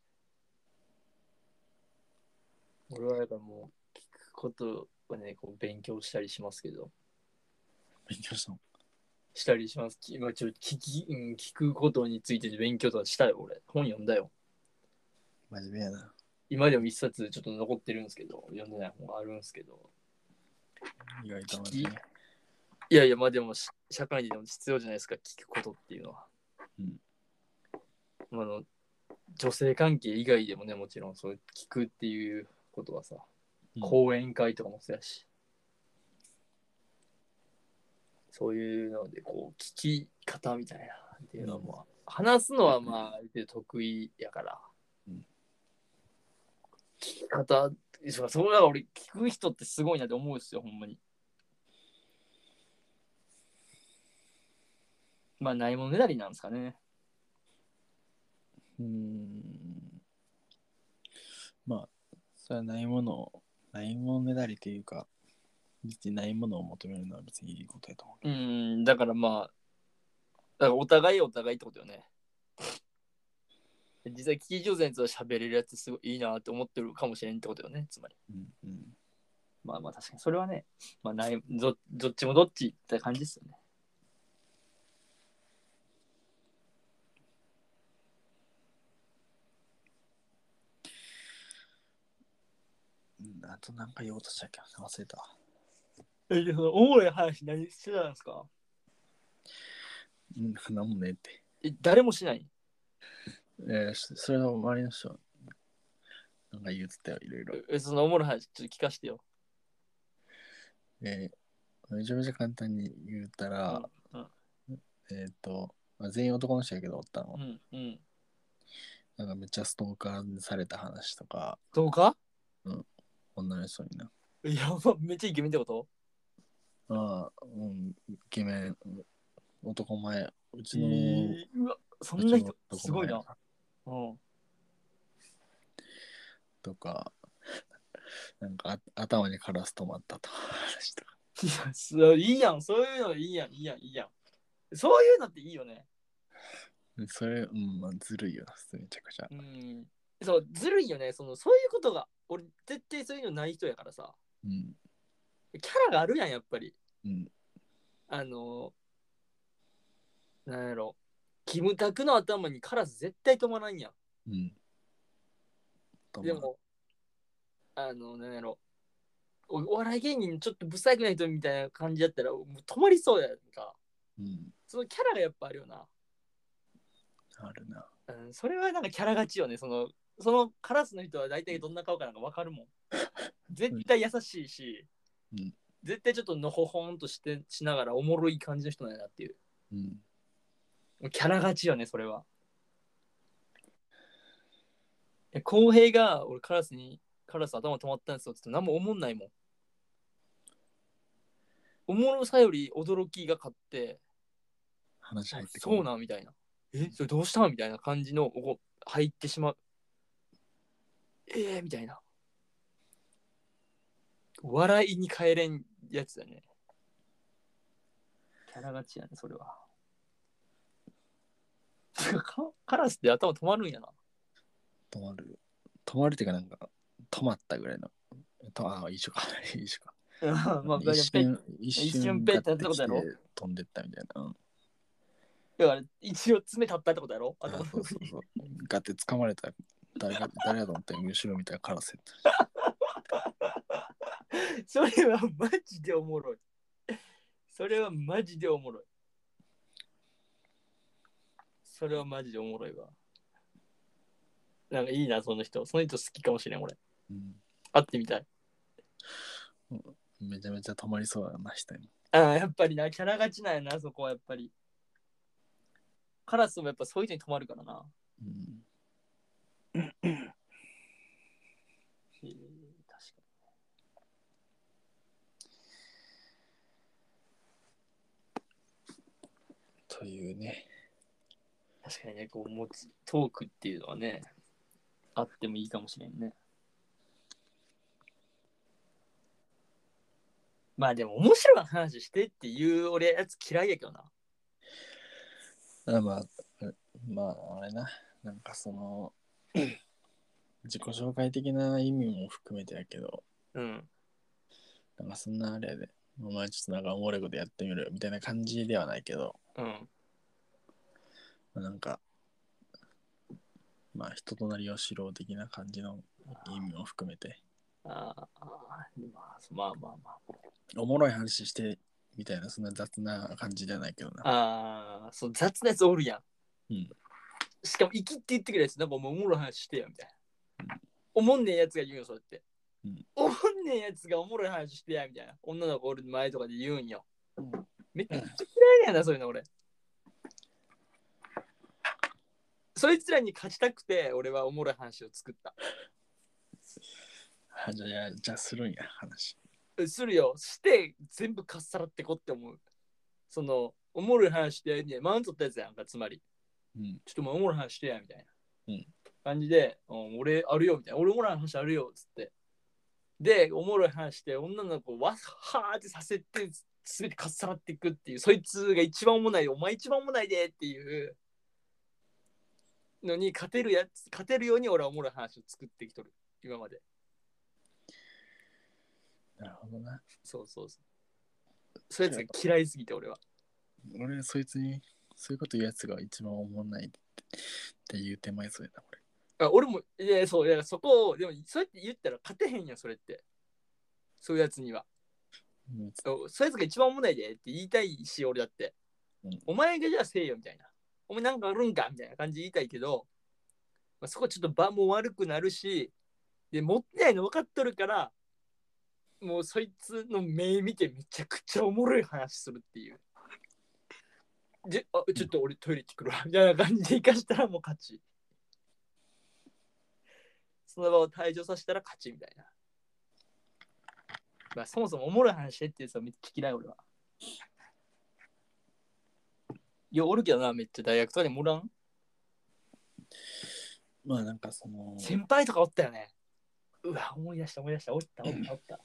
B: 俺はやっぱもう聞くことをねこう勉強したりしますけど
A: 勉強したの。
B: したりします。き今ちょっと聞き、うん、聞くことについて勉強とかしたよ、俺。本読んだよ。
A: 真面目やな。
B: 今でも一冊ちょっと残ってるんですけど、読んでない本があるんですけど。
A: 意外と真面目。
B: いやいや、まあでもし、社会にでも必要じゃないですか、聞くことっていうのは。
A: うん
B: まああの、女性関係以外でもね、もちろん、そう聞くっていうことはさ、
A: うん
B: 講演会とかもそうやし、そういうので、こう、聞き方みたいなっていうのは、まあ、話すのはまあ、ある程度得意やから、
A: うん
B: 聞き方、そうそれは俺、聞く人ってすごいなって思うんですよ、ほんまに。まあ、ないものねだりなんですかね。
A: うーん。まあ、それはないものを、ないものねだりというか、別にないものを求めるのは別にいいことやと思う。
B: うん、だからまあ、だからお互いお互いってことよね。 実際、聞き上手なやつは喋れるやつすごいいいなって思ってるかもしれんってことよね。つまり。
A: うん。うん。
B: まあまあ確かにそれはね、まあないどどっちもどっちって感じですよね。
A: うんあとなんか言おうとしたっけな忘れたわ。
B: え、そのおもろい話何してたんですか
A: うん、なんもねえって。
B: え、誰もしない。
A: えー、そそれは周りの人なんか言ってたよ、いろいろ。
B: え、そのおもろい話ちょっと聞かせてよ。
A: えーめちゃめちゃ簡単に言ったら、
B: うん
A: えっ、と、まあ、全員男の人やけどおったの
B: う。ん、うん。
A: なんかめっちゃストーカーされた話とか、
B: どうか
A: 女の人にな。
B: えやば、めっちゃイケメンってこと
A: ああ、うん、イケメン、男前、うちの、
B: えーうわ、そんな人、すごいな。うん。
A: とか、なんかあ頭にカラス止まったとか話とか。
B: いやそういいやん、そういうのいいやん、いいやん、いいやん。そういうのっていいよね。
A: それ、うん、まあ、ずるいよな、普通にめちゃくちゃ
B: う。ん。そう、ずるいよね。そのそういうことが、俺、絶対そういうのない人やからさ。
A: うん。
B: キャラがあるやん、やっぱり。
A: うん。
B: あのー、なんやろ。キムタクの頭にカラス絶対止まらんやん。
A: うん。と
B: で
A: 思う
B: も、あの、なんやろ。おお笑い芸人ちょっと不細工な人みたいな感じやったら、もう止まりそうやんか。
A: うん。
B: そのキャラがやっぱあるよな。
A: あるな。
B: うん、それはなんかキャラ勝ちよね。その、そのカラスの人は大体どんな顔かなんかわかる もん。絶対優しいし、
A: うん
B: 絶対ちょっとのほほんとしてしながらおもろい感じの人なんやなっていう。
A: うん。
B: キャラ勝ちよね、それは。いや浩平が俺カラスに、カラス頭止まったんですよって言って何も思んないもん。おもろさより驚きが勝って、
A: 話入ってこ
B: そうなんみたいな。え、それどうしたんみたいな感じのこう入ってしまう。えー、みたいな。笑いに変えれんやつだね。キャラ勝ちやね、それは。 かカラスって頭止まるんやな。
A: 止まる。止まるっていうか、なんか、止まったぐらいの。とああ、一緒か。 一緒か。
B: まあ、
A: 一瞬、一
B: 一瞬ペッてやったことやろ
A: ガッて来て飛んでったみたいな。うん
B: だから一応爪立ったってことやろ
A: あ
B: 頭の
A: そうそうそう。ガッて掴まれた。誰か、誰だと思って、後ろ見たらカラスやった。
B: それはマジでおもろい。それはマジでおもろい。それはマジでおもろいわ。なんかいいな、その人。その人好きかもしれん、俺。
A: うん。
B: 会ってみたい。
A: めちゃめちゃ止まりそうだな、下に。
B: ああ、やっぱりな、キャラ勝ちなんやな、そこはやっぱり。カラスもやっぱそういう人に止まるからな。
A: うん。
B: へえ
A: というね。
B: 確かにね、こう持つトークっていうのはね、あってもいいかもしれんね。まあでも面白い話してっていう俺やつ嫌いやけどな。
A: あまあ、うまあ、あれな。なんかその、 自己紹介的な意味も含めてやけど、
B: うん。
A: なんかそんなあれやで、お前ちょっとなんかおもろいことやってみるみたいな感じではないけど、
B: うん。
A: まあなんか、まあ人となりを知ろう的な感じの意味も含めて、
B: ああ、まあまあまあまあ。
A: おもろい話してみたいな、そんな雑な感じではないけどな。
B: ああ、そう雑なやつおるやん。
A: うん
B: しかも生きって言ってくるやつ、なんかもうおもろい話してよみたいな。おもんねえやつが言うよ、そうやって。
A: うん
B: おもんねえやつがおもろい話してやみたいな。女の子おる前とかで言うんよ。
A: うん
B: めっちゃ嫌いなんだ、そういうの俺。そいつらに勝ちたくて、俺はおもろい話を作った。
A: あじゃあいや、じゃあするんや、話。
B: えするよ。して、全部かっさらってこって思う。その、おもろい話してやみたいな。マウント取ったやつやんか、つまり。
A: うん。
B: ちょっともうおもろい話してや、みたいな。
A: うん
B: 感じで、うん、俺あるよ、みたいな。俺おもろい話あるよ、つって。で、おもろい話して、女の子をわっはーってさせて、すべてかっさらっていくっていう、そいつが一番おもないで、お前一番おもないでっていうのに勝てるやつ、勝てるように俺はおもろい話を作ってきとる、今まで。
A: なるほどな。
B: そうそうそう。そういうやつが嫌いすぎて、俺は。
A: 俺、そいつに、そういうこと言うやつが一番おもんないってって言う手前そうやな、
B: あ俺も、いや、そう、いやそこを、でも、そうやって言ったら勝てへんやん、それって。そういうやつには。
A: 俺。うん
B: おそういうやつが一番おもんないでって言いたいし、俺だって。
A: うん
B: お前がじゃあせえよみたいな。お前なんかあるんかみたいな感じで言いたいけど、まあ、そこちょっと場も悪くなるし、で、持ってないの分かっとるから、もうそいつの目見てめちゃくちゃおもろい話するっていう。で、あ、ちょっと俺トイレ行ってくるわ。 みたいな感じで行かしたらもう勝ち。その場を退場させたら勝ちみたいな。まあ、そもそもおもろい話してっていうやつはめっちゃ嫌い俺は。いや、おるけどな、めっちゃ大学とかでもおらん。
A: まあなんかその、
B: 先輩とかおったよね。うわ、思い出した思い出した、おったおったおった。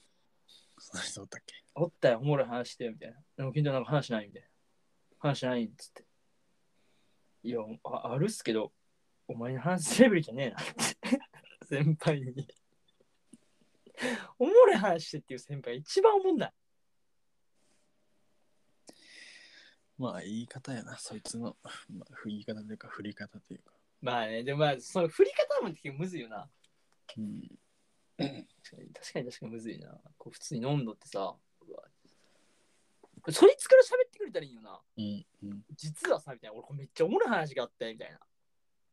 A: その人おったっけ
B: おったよ、おもろい話してよ、みたいな。でも、近所なんか話ないみたいな。話ないっつって。いや、ああるっすけど、お前の話すレベルじゃねえなって。 先輩に。おもろい話してっていう先輩が一番おもんない。
A: まあ言い方やなそいつの、まあ、言い方というか振り方というか、
B: まあね、でもまあ、その振り方も結構むずいよな。
A: うん、
B: 確かに、確かに、確かにむずいな。こう、普通に飲んどってさ。うわそいつから喋ってくれたらいいよな。
A: うんうん
B: 実はさ、みたいな、俺これめっちゃおもろい話があったよみたいな。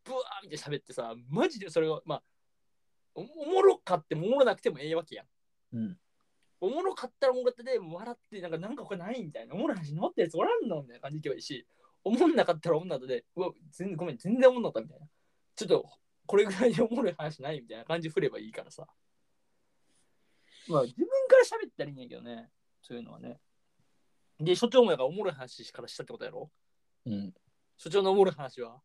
B: ブワーみたいな喋ってさ、マジでそれが、まあ、おおもろかってもおもろなくてもええわけやん。
A: うん
B: おもろかったらおもろかったで、笑って、なんか、なんかこれないみたいな、おもろい話乗ったやつおらんのみたいな感じでいけばいいし、おもんなかったらおもんなかったで、うわ、全然ごめん、全然おもんなかったみたいな。ちょっと、これぐらいでおもろい話ないみたいな感じで振ればいいからさ。まあ、自分から喋ったらいいんやけどね、そういうのはね。で、所長もやからおもろい話からしたってことやろ
A: うん
B: 所長のおもろい話は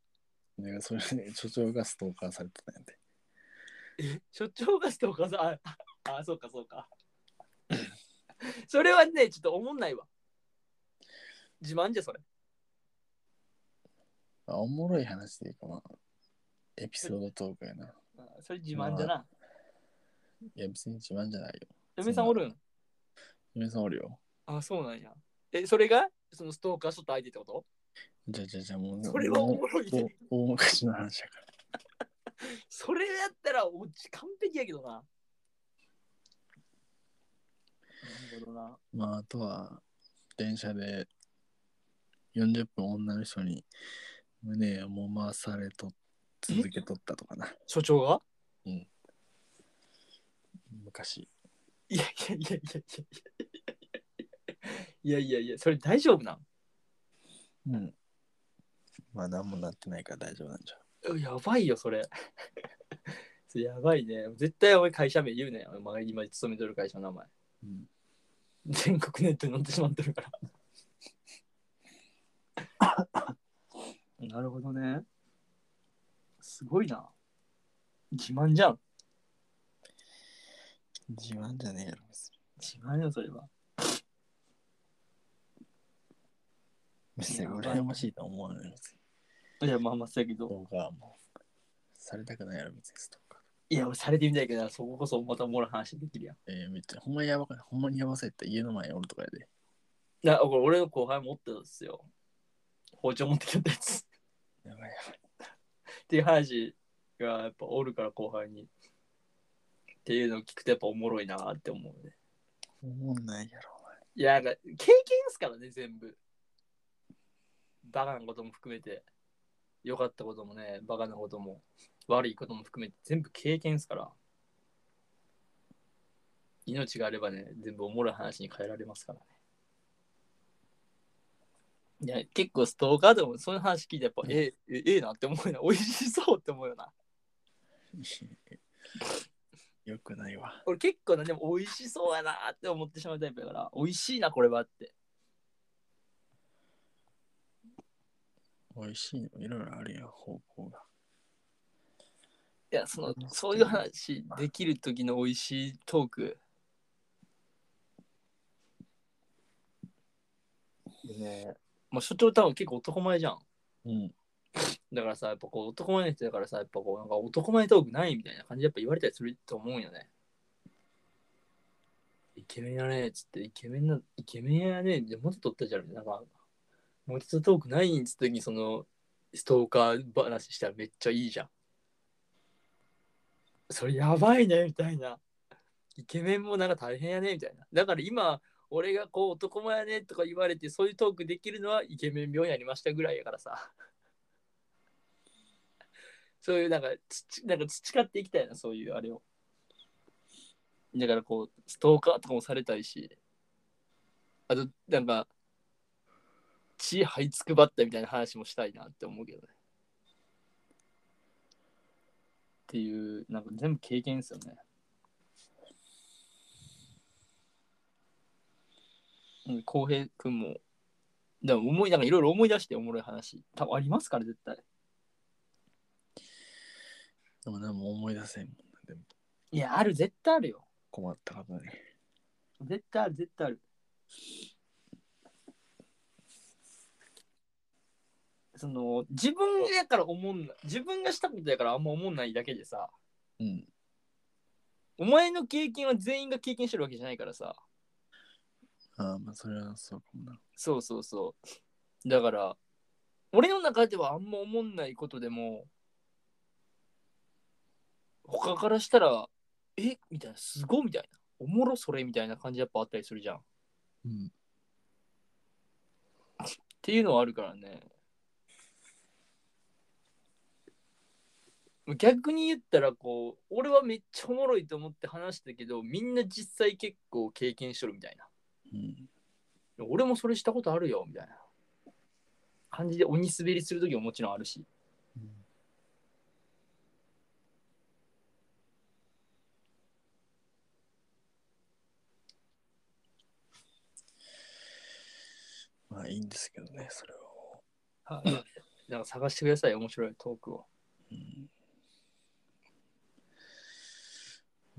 A: だからそれで所長がストーカーされてたんやで
B: 所長がストーカーさんああそうかそうかそれはねちょっと思んないわ自慢じゃそれ
A: まあおもろい話というかまあエピソードトークやな
B: あそれ自慢じゃな、
A: いや別に自慢じゃないよ
B: 嫁さんおるん
A: 皆さんおるよ
B: ああそうなんやえそれがそのストーカーしとった相手ってこと
A: じゃあじゃあじゃあもう
B: それはおもろいね
A: 大大昔の話やから
B: それやったらおち完璧やけどななるほどな
A: まああとは電車で40分女の人に胸を揉まされと続けとったとかな
B: 所長が
A: 昔
B: いやいやいやいやいやいやいやいやいやいやそれ大丈夫なん
A: うんまあ何もなってないから大丈夫なんじゃ
B: うんやばいよ、それ。 それやばいね。絶対お前会社名言うね。お前今勤めてる会社の名前。
A: う、うん、
B: 全国ネットに載ってしまってるから。なるほどね。すごいな。自慢じゃん。
A: 自慢じゃねえやろ別に
B: 自慢よ、それは。
A: 別に羨ましいとは思わない別に
B: いや、まあまあ、そうやけ
A: ス
B: ど。
A: トーカーもされたくないやろ別にストーカ
B: いや、俺されてみたいけどな、そここそまたおもろい話できるやん。
A: ーえー、めっちゃほんまにやばかったほんまにやばそうやったら家の前におるとかやで
B: な俺俺の後輩持ってたんですよ。包丁持ってきたやつ。
A: やばいやばい
B: っていう話がやっぱおるから後輩にっていうのを聞くとやっぱおもろいなって思うね
A: 思んないやろ
B: いやなんか経験ですからね全部バカなことも含めて良かったこともねバカなことも悪いことも含めて全部経験ですから命があればね全部おもろい話に変えられますからねいや結構ストーカーでもそういう話聞いてやっぱ、ええええなって思うよな美味しそうって思うよな
A: お前よくないわ
B: 俺結構なでも美味しそうやなって思ってしまうタイプだから美味しいなこれはって
A: 美味しいのいろいろあるやん方向が
B: いやそのそういう話できる時の美味しいトークねまあ所長多分結構男前じゃん
A: うん
B: だからさやっぱこう男前の人だからさやっぱこうなんか男前トークないみたいな感じでやっぱ言われたりすると思うんよねイケメンやねっつってイケメンなイケメンやねじゃ元取ったじゃんなんか元トークないんつった時にそのストーカー話したらめっちゃいいじゃんそれやばいねみたいなイケメンもなんか大変やねみたいなだから今俺がこう男前やねとか言われてそういうトークできるのはイケメン病になりましたぐらいやからさそういうなんかつなんか培っていきたいな、そういうあれを。だからこう、ストーカーとかもされたいし、あと、なんか、血這いつくばったみたいな話もしたいなって思うけどね。っていう、なんか全部経験ですよね。うん浩平君も、でも思い、なんかいろいろ思い出しておもろい話、多分ありますから、絶対。
A: でも何も思い出せんもんなでも
B: いや、ある、絶対あるよ。
A: 困ったことに。
B: 絶対ある、絶対ある。その、自分やから思んな、自分がしたことやからあんま思んないだけでさ、
A: うん。
B: お前の経験は全員が経験してるわけじゃないからさ、
A: ああ、まあ、それはそうかもな。
B: そうそうそう。だから、俺の中ではあんま思んないことでも、他からしたら、えみたいな、すごいみたいな、おもろそれみたいな感じやっぱあったりするじゃん。っ
A: うん。
B: ていうのはあるからね。逆に言ったら、こう、俺はめっちゃおもろいと思って話したけど、みんな実際結構経験しとるみたいな。
A: うん。
B: 俺もそれしたことあるよ、みたいな感じで鬼滑りするときももちろんあるし。
A: うんまあいいんですけどね、それは。
B: はい。 なんか探してください、面白いトークを。
A: うん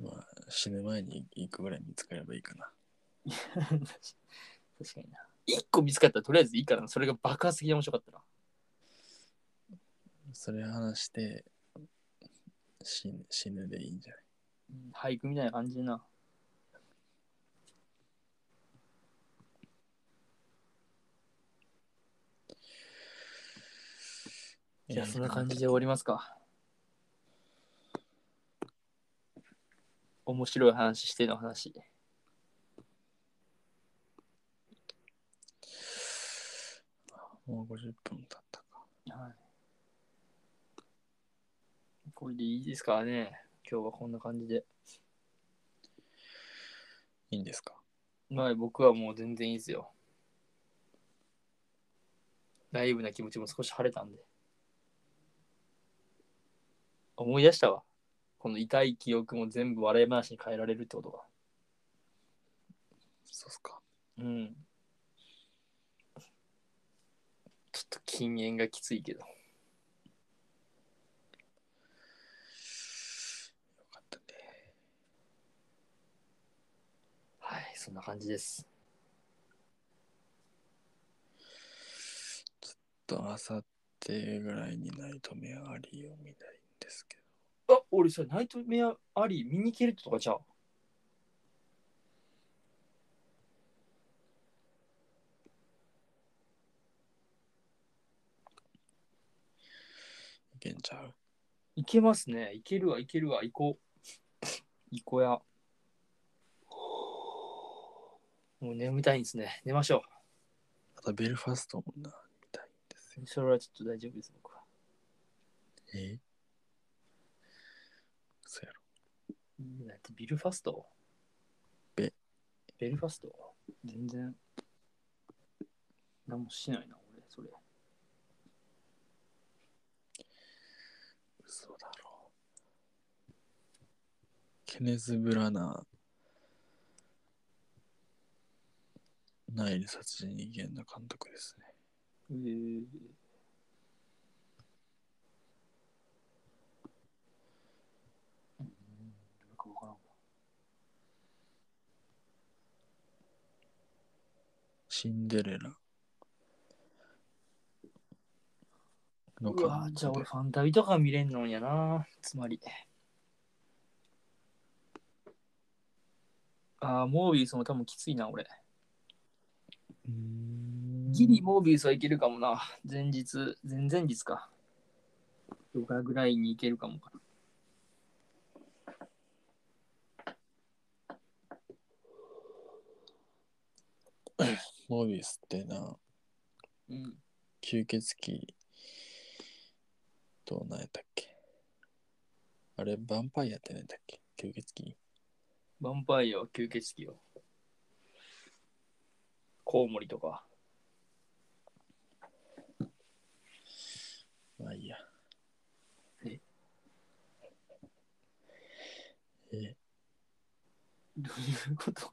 A: まあ死ぬ前に行くぐらい見つかればいいかな。
B: 確かにな。一個見つかったらとりあえずいいからな。それが爆発的に面白かったな。
A: それ話して死ぬ死ぬでいいんじゃない
B: 俳句みたいな感じでな。じゃあそんな感じで終わりますか。面白い話しての話。
A: もう50分経ったか。
B: はい。これでいいですからね。今日はこんな感じで。
A: いいんですか
B: はい、僕はもう全然いいですよ。ライブな気持ちも少し晴れたんで。思い出したわ。この痛い記憶も全部笑い話に変えられるってことが。
A: そうっすか。
B: うん。ちょっと禁煙がきついけど。
A: よかったね。
B: はい、そんな感じです。
A: と、あさってぐらいにないと目上がりを見ないんですけど。
B: あ、俺さ、ナイトメアアリー見に行けるとかじゃあ。
A: いけんちゃう
B: 行けますね。行けるわ、行けるわ、行こう。行こうや。もう眠たいんですね。寝ましょ
A: またベルファストもな、見たいんですよ。
B: う。それはちょっと大丈夫です、僕は。
A: えそうやろ。
B: だってビルファスト
A: ベ
B: ベルファスト全然。何もしないな、俺、それ。
A: 嘘だろ。ケネズ・ブラナー、ナイル殺人事件の監督ですね。
B: えー、うん、なんかわからん。
A: シンデレラ。の
B: うわ
A: 監
B: じゃあ
A: 督
B: 俺
A: で
B: ファンタビとか見れんのんやなつまりああモービウスも多分きついな俺
A: うーん
B: ギリモービウスはいけるかもな前日前々日かとかぐらいにいけるかもかな
A: モービスってな、
B: うん
A: 吸血鬼と何やったっけあれ、ヴァンパイアって何やったっけ吸血鬼
B: ヴァンパイアは吸血鬼よコウモリとか
A: まあいいや。
B: え
A: え
B: どういうこと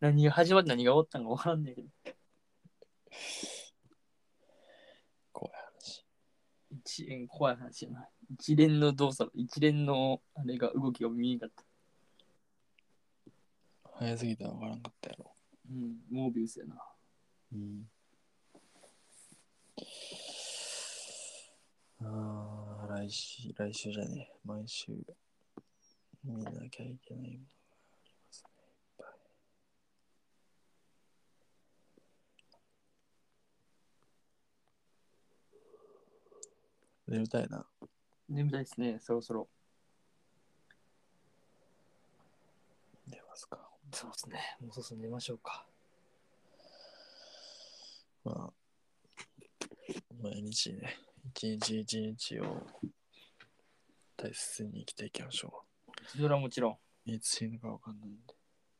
B: 何が始まって何が終わったんか分からんねんけど
A: 怖い話。
B: 1一連怖い話やな。一連の動作、一連のあれが動きが見えんかった。
A: 早すぎたら分からんかったやろ。
B: うん、モービウスやな。
A: うん。ああ、来週、来週じゃねえ。毎週見なきゃいけないものがありますね。いっぱい。眠たいな。
B: 眠たいですね、そろそろ。
A: 出ますか。
B: そうですね、もうそろそろ寝ましょうか。
A: まあ、毎日ね、一日一日を大切に生きていきましょ
B: それはもちろん。
A: う。いつ死ぬか分かんないんで。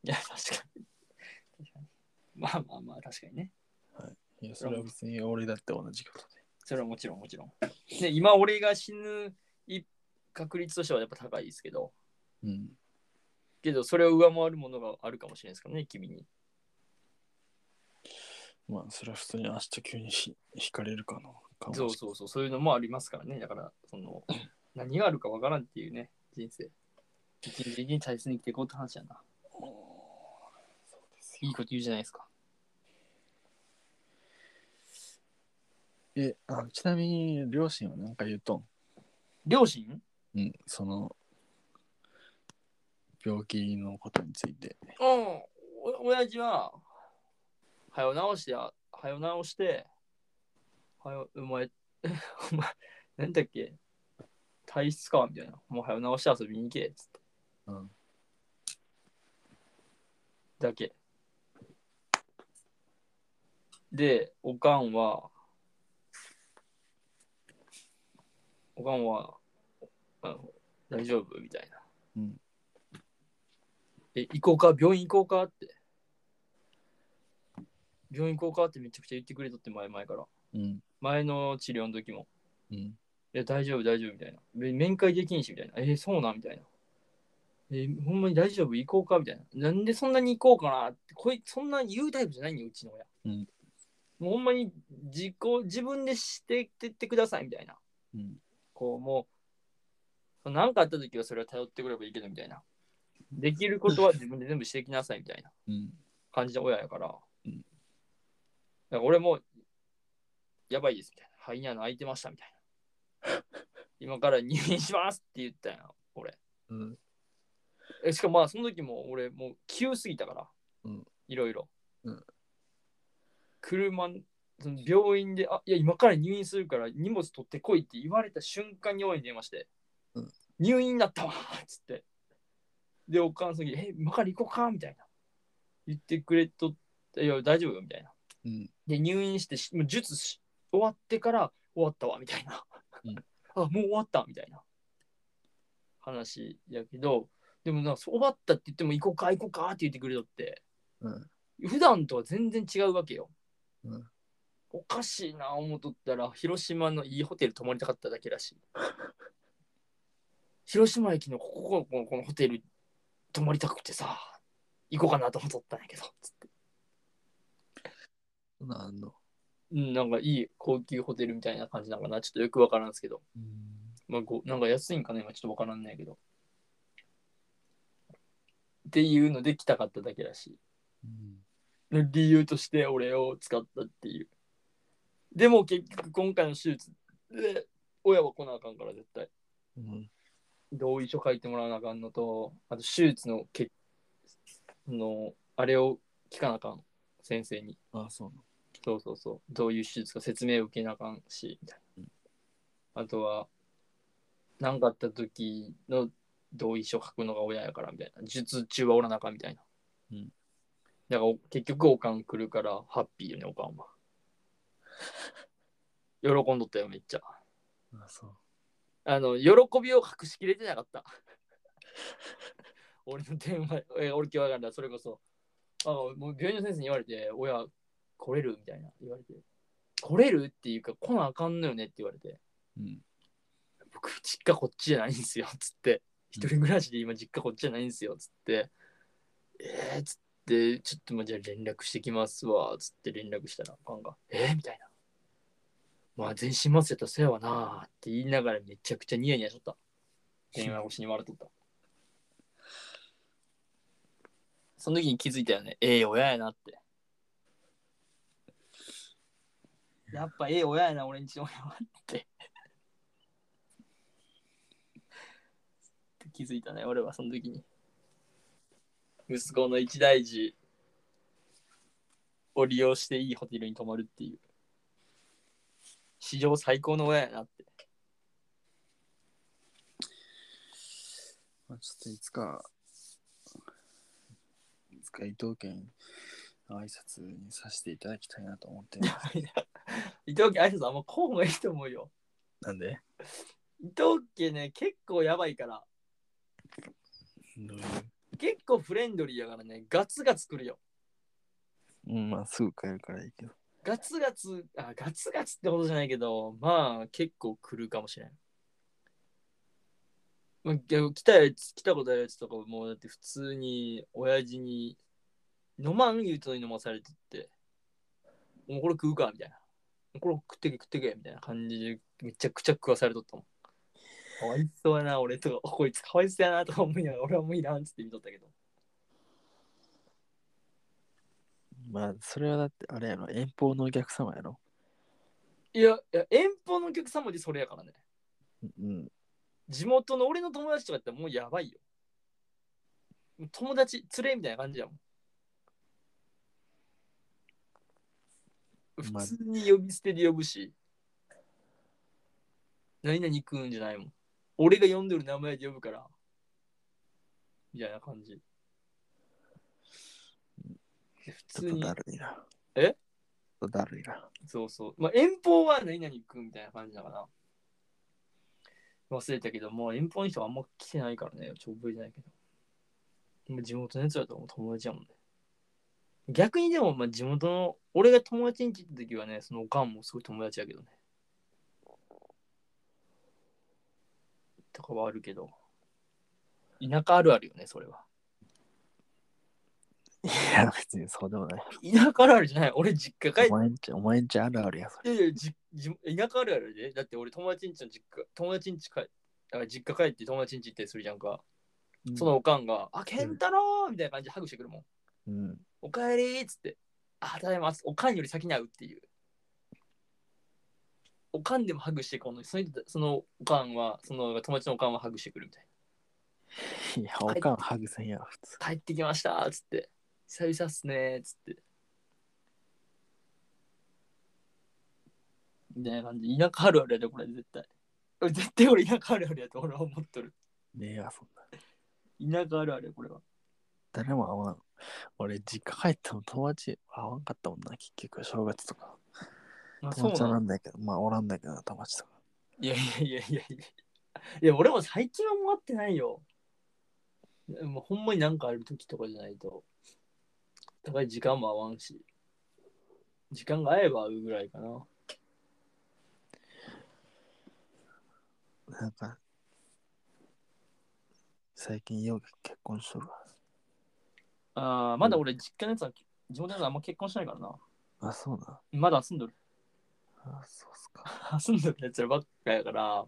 B: いや、確かに。確かに。まあまあまあ、確かにね。
A: いや、それは別に俺だって同じことで。
B: それはもちろん、もちろん。ね、今、俺が死ぬい確率としてはやっぱ高いですけど、
A: うん。
B: けど、それを上回るものがあるかもしれないですからね、君に。
A: まあ、それは普通に明日急にひ引かれるかな。かもしれな
B: そう
A: い
B: そうそう、そういうのもありますからね。だから、そ の、何があるかわからんっていうね、人生。一日一日大切に生きていこうって話やな。
A: そうですよ
B: いいこと言うじゃないですか。
A: えあ、ちなみに、両親は何か言うとん
B: 両親
A: うん、その、病気のことについて。
B: うん。お親父は、はよ直してや、はよ直して、はよ、お前、 お前、なんだっけ、体質か、みたいな。もうはよ直して遊びに行け、つって。
A: うん。
B: だけ。で、おかんは、おかんは、あ大丈夫みたいな。
A: うん
B: え、行こうか、病院行こうかって。病院行こうかってめちゃくちゃ言ってくれとって、前々から。
A: うん。
B: 前の治療の時も。
A: うん。
B: いや、大丈夫、大丈夫みたいな。め面会できんし、みたいな。えーそうなんみたいな。えーほんまに大丈夫、行こうかみたいな。なんでそんなに行こうかなって、こいそんなに言うタイプじゃないね、うちの親。
A: うん
B: もうほんまに自己、自分でしてってってください、みたいな。
A: うん。
B: こう、もう、何かあった時はそれは頼ってくればいいけど、みたいな。できることは自分で全部してきなさい、みたいな。
A: うん。
B: 感じの親やから。
A: うん
B: だから俺も、やばいですみたいな。肺に穴開いてましたみたいな。今から入院しますって言ったやん、俺。
A: うん。
B: えしかもまあ、その時も俺、もう急すぎたから、
A: うん
B: いろいろ。
A: うん
B: 車、その病院で、あいや、今から入院するから荷物取ってこいって言われた瞬間に親に電話して、
A: うん
B: 入院になったわっつって。で、お母さんに、え、今から行こうかみたいな。言ってくれとって、いや、大丈夫よみたいな。
A: うん。
B: で、入院してし、もう術し終わってから終わったわ、みたいな。
A: うん
B: あ、もう終わった、みたいな話やけど、でもなんか、そう終わったって言っても、行こうか、行こうかって言ってくれとって、
A: うん
B: 普段とは全然違うわけよ。
A: うん
B: おかしいな、思っとったら、広島のいいホテル泊まりたかっただけらしい。 広島駅のこここのこのホテル泊まりたくてさ、行こうかなと思っとったんやけど、つって。
A: そんなんあんの。
B: うん、なんかいい高級ホテルみたいな感じなのかな。ちょっとよくわからんですけど。
A: うん。
B: まあ、ごなんか安いんかな今ちょっとわからんないけど。っていうので来たかっただけだし
A: うん。
B: い。の理由として俺を使ったっていう。でも結局今回の手術で親は来なあかんから絶対。
A: うん。
B: 同意書書いてもらわなあかんのと、あと手術のけの、あれを聞かなあかん。先生に。
A: あ、そうなの。
B: そうそうそう。どういう手術か説明を受けなあかんし、みたいな。あとは、何かあった時の同意書書くのが親やから、みたいな。術中はおらなあかん、みたいな。
A: うん。
B: だからお、結局、おかん来るから、ハッピーよね、おかんは。 喜んどったよ、めっちゃ。
A: あ、そう。
B: あの、喜びを隠しきれてなかった。 俺の電話、え俺今日わかんない、それこそ。あもう病院の先生に言われて、親、来れるみたいな言われて。来れるっていうか、来なあかんのよねって言われて。
A: うん。
B: 僕、実家こっちじゃないんですよ、つって。一人暮らしで今、実家こっちじゃないんですよ、つって。えー、つって、ちょっとまあじゃあ連絡してきますわ、つって連絡したら、あかんが。えー、みたいな。まあ全身麻酔やったらせやわなーって言いながらめちゃくちゃニヤニヤしとった。電話越しに笑っとった。その時に気づいたよね。ええ親やなって。やっぱええ親やな、俺んちの親はって。って気づいたね、俺はその時に。息子の一大事を利用していいホテルに泊まるっていう。史上最高の親やなって。
A: まあ、ちょっといつか、いつか伊藤県の挨拶にさせていただきたいなと思ってます。
B: 伊藤家挨拶あんまこうがいいと思うよ。
A: なんで
B: 伊藤家ね、結構やばいから、
A: どうい
B: 結構フレンドリーやからね、ガツガツ来るよ。
A: ううん、まあ、すぐ帰るからいいけど。
B: ガツガツ、あ、ガツガツってことじゃないけど、まあ結構来るかもしれない。まあ、でも来たやつ、来たことあるやつとかもうだって普通に親父に飲まん言うとに飲まされてって、もうこれ食うかみたいな。これ食ってけ食ってけみたいな感じでめちゃくちゃ食わされとったもん。かわいそうやな、俺とか、こいつかわいそうやなとか思いながら、俺はもういらんっつって見とったけど。
A: まあ、それはだって、あれやろ、遠方のお客様やろ。
B: いや、いや遠方のお客様でそれやからね。
A: うん。
B: 地元の俺の友達とかやってもうやばいよ。もう友達、連れみたいな感じやもん。普
A: まあ
B: 通に呼び捨てで呼ぶし、何々食うんじゃないもん。俺が呼んでる名前で呼ぶから、みたいな感じ。普
A: ち
B: 通
A: ょっと
B: に
A: だ、るいな。ち
B: え
A: ょっとだるいな。
B: そうそう。まあ、遠方は何々食うみたいな感じだから。忘れたけど、もう遠方の人はあんま来てないからね、ちょ覚えてないけど。もう地元のやつだともう友達やもんね。逆にでも、まあ、地元の、俺が友達に来た時はね、そのおかんもすごい友達やけどね。とかはあるけど。田舎あるあるよね、それは。
A: いや、別にそうでもない。
B: 田舎あるあるじゃない。俺実家帰っ
A: お前んち、お前んちあるあるや、そ
B: いやいや、じじ田舎あるあるで。だって俺友達んちの実家、友達んち帰あ実家帰って友達んち行ったりするじゃんか。
A: れ。
B: その、おかんが、あ、健太郎みたいな感じでハグしてくるもん。
A: うん。
B: おかえりっつって。あ、ただいま。おかんより先に会うっていう。おかんでもハグしてこんのにその人たそのおかんは、その友達のおかんはハグしてくるみたい
A: いや、おかんハグせんやろ、普通。
B: な。帰ってきましたっつって。久々っすねっつって。みたいな感じ。田舎あるあるやで、これ絶対。 俺絶対俺田舎あるあるやと俺は思っとる。
A: ねえわ、そんな。
B: 田舎あるあるやこれは。
A: 誰も会わん。俺、実家帰っても友達会わんかったもんな、結局、正月とか。
B: まあ、そ
A: 友
B: う
A: 達は
B: な
A: なんんだけど、まあ、おらんだけどな、友達とか。
B: いやいやいやいやいや。いや、俺も最近はもう会ってないよ。もうほんまになんかある時とかじゃないと。だから時間も合わんし。時間が合えば合うぐらいかな。
A: なんか、最近、よう結婚しとるわ。
B: あーまだ俺実家のやつは、地元のやつはあんま結婚してないからな。
A: あ、そうな。
B: まだ遊んどる。
A: あ、そうっすか。
B: 遊んどるやつらばっかやから。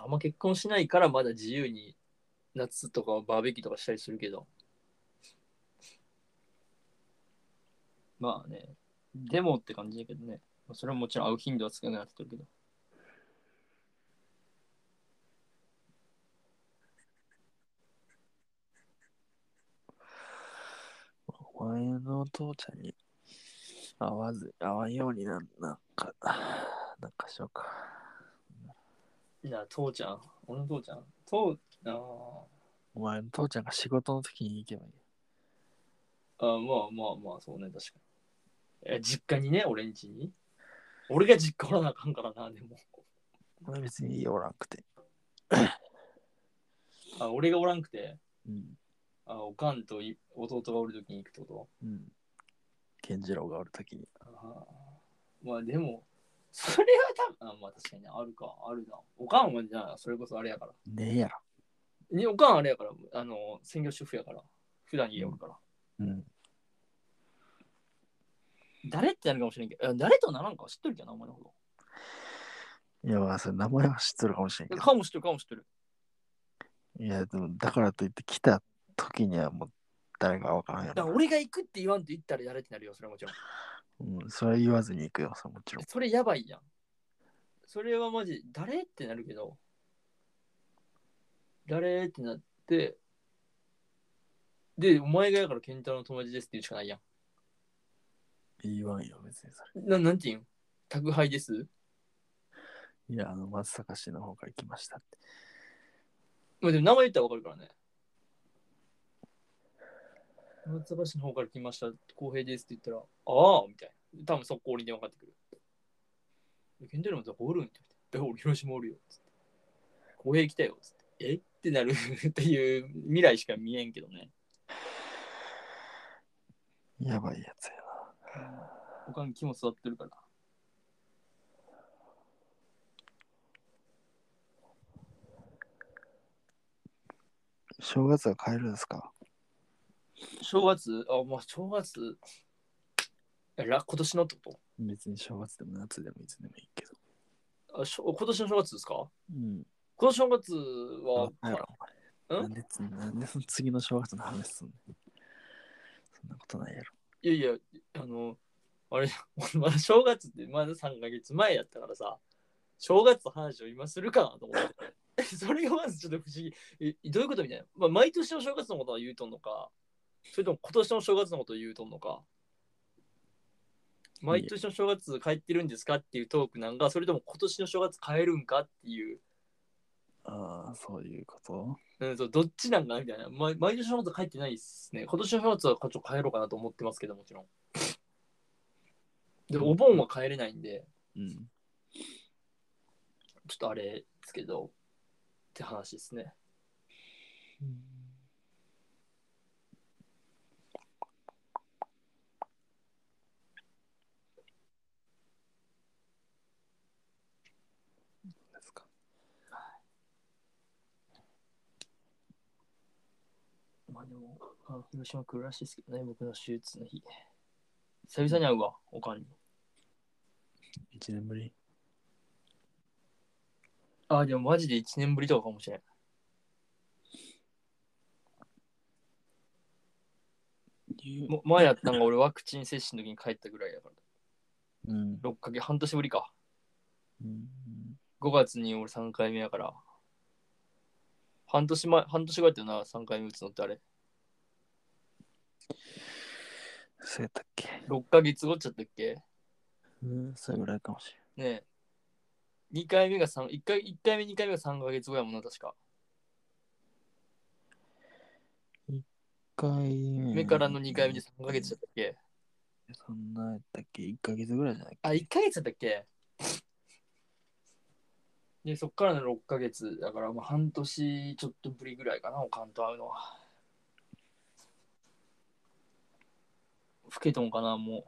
B: あんま結婚しないからまだ自由に夏とかはバーベキューとかしたりするけど。まあね、でもって感じだけどね。まあそれはもちろん会う頻度は少なくなってるけど。
A: お前のお父ちゃんに会わず、会わんようになん、なんか、なんかしようか。
B: いや、父ちゃん、俺の父ちゃん。父、あー
A: お前の父ちゃんが仕事の時に行けばいい。
B: あー、まあまあまあ、そうね、確かに。え、実家にね、俺ん家に。俺が実家おらなあかんからな、でも。
A: お前別にいいよおらんくて。
B: あ俺がおらんくて。
A: うん。
B: あおかんとい弟がおるときに行くってこ
A: うん。健次郎がおる時に。
B: とあーまあでも、それは多分、あまあ確かにねあるか、あるな。おかんはじゃあ、それこそあれやから。
A: ねえやろ。
B: におかんあれやから、あの、専業主婦やから。普段家おるから。
A: うん。
B: 誰ってなるかもしれんけど、いや誰とならんか知っとるけどな、お前のこ
A: いや、まあ、それ名前は知ってるかもしれんけ
B: と。
A: ど。
B: かも知ってるかも知ってる。
A: いや、でも、だからといって来た時にはもう誰かわからんや
B: だから
A: ろ。
B: 俺が行くって言わんと言ったら誰ってなるよ、それはもちろん。
A: うん、それは言わずに行くよ、それもちろん。
B: それやばいやん。それはマジ、誰ってなるけど、誰ってなって、で、お前がやから健太郎の友達ですって言うしかないや
A: 言わんよ、別にそれ。
B: ん。ななんて言うん宅配です
A: いや、あの、松坂氏の方から来ましたって。
B: まあでも名前言ったらわかるからね。松橋の方から来ました、浩平ですって言ったら、ああみたいな。多分速攻に電話かかってくる。えケンタロウもどこおるんって言って。え俺広島おるよ。つって浩平来たよ。つってえってなるっていう未来しか見えんけどね。
A: やばいやつや
B: 他に木も座ってるから。
A: な。正月は帰るんですか
B: 正月、あ、まあ正月、えら今年のってこ
A: 別に正月でも夏でもいつでもいいけど。
B: とあしょ今年の正月ですか
A: うん。
B: 今年の正月
A: あ
B: は、、
A: やろ、お前。
B: ん
A: なんでつ、なんでその次の正月の話すんのそんなことないやろ。
B: いやいや、あの、あれ、 俺まだ正月ってまだ3ヶ月前やったからさ、正月の話を今するかなと思って。 それがまずちょっと不思議。えどういうことみたいな。まあ、毎年の正月のことは言うとんのか、それとも今年の正月のことを言うとんのか。毎年の正月帰ってるんですかっていうトークなんか、それとも今年の正月帰るんかっていう、
A: ああ、そういうこと
B: うん、そうどっちなんかなみたいな。ま毎年の正月帰ってないですね。今年の正月はちょっと帰ろうかなと思ってますけど、もちろん。で、お盆は帰れないんで、
A: うん。
B: ちょっとあれですけど、って話ですね。
A: ですか。
B: まあでも、あ広島来るらしいですけどね、僕の手術の日。久々に会うわ、おかんに。
A: 1年ぶり
B: あ、でもマジで1年ぶりとかかもしれん。も前やったのが俺ワクチン接種の時に帰ったぐらいだか
A: うん。
B: ら。6ヶ月、半年ぶりか。
A: うん
B: 5月に俺3回目やから。半年前、半年後やったよな、3回目打つのってあれ。
A: そうやったっけ
B: 6ヶ月後っちゃったっけ
A: うん、それぐらいかもし
B: ねえ。2回目が3、1回 ,1 回目、2回目が3ヶ月後やもんな、確か。
A: れん。
B: 目からの2回目で3ヶ月だったっけ
A: そんなやったっけ ?1 ヶ月ぐらいじゃない
B: あ、1ヶ月だったっけで、そっからの6ヶ月、だからまあ半年ちょっとぶりぐらいかな、おかんと会うのは。老けとんかな、も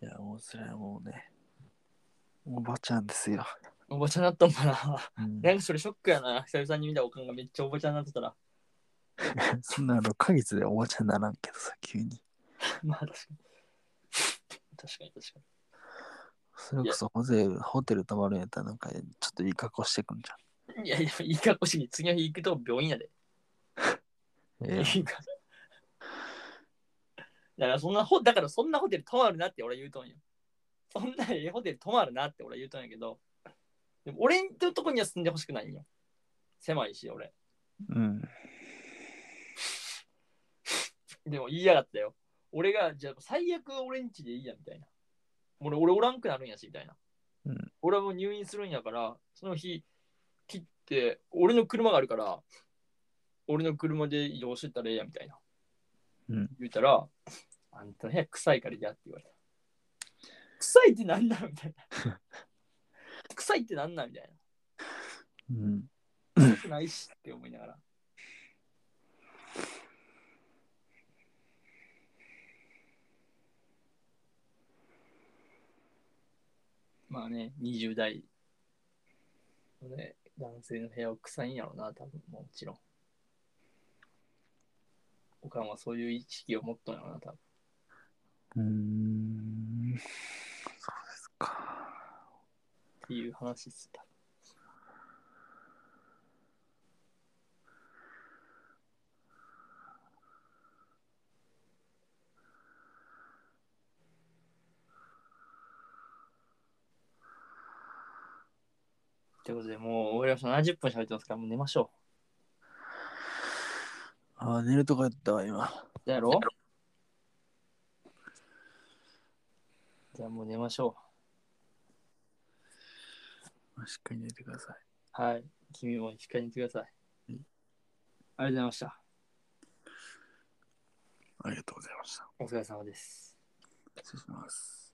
A: いや、もうそれはもうね、おばちゃんですよ。
B: う。おばちゃんなったんかな。
A: うん
B: なんかそれショックやな、久々に見たおかんがめっちゃおばちゃんになってたら。
A: そんな6ヶ月でおばちゃんならんけどさ、急に。
B: まあ確かに。確かに確かに。
A: それこそホテルホテル泊まるんやったらなんかちょっといい格好してくんじ
B: いやいや、いい格好しに、次の日行くと病院やで。
A: ゃん。
B: い
A: え え
B: いかだからそんなホ、だからそんなホテル泊まるなって俺は言うとんよ。そんなええホテル泊まるなって俺は言うとんやけど、でも俺のとこには住んでほしくないんよ。狭いし、俺。
A: うん。
B: でも言いやがったよ。俺が、じゃあ最悪俺ん家でいいやみたいな。俺、俺おらんくなるんやし、みたいな。
A: うん
B: 俺はもう入院するんやから、その日切って、俺の車があるから、俺の車で移動してたらええや、みたいな。
A: うん
B: 言うたら、あんたの部屋臭いから嫌って言われた。臭いってなんなんみたいな。臭いってなんなんみたいな。
A: うん。
B: 臭くないしって思いながら。まあね、20代のね、男性の部屋は臭いんやろうな、多分もちろん。おかんはそういう意識を持っとんやろうな、多分。
A: うーん。そうですか。
B: っていう話ですね。ということで、もう、俺ら70分喋ってますから、もう寝ましょ
A: ああ、寝るとこやったわ、今。
B: う。だやろじゃあもう寝ましょ
A: しっかり寝てください。
B: う。はい。君もしっかり寝てください。あ
A: うん
B: りがとうございました。
A: ありがとうございました。
B: お疲れ様です。
A: 失礼します。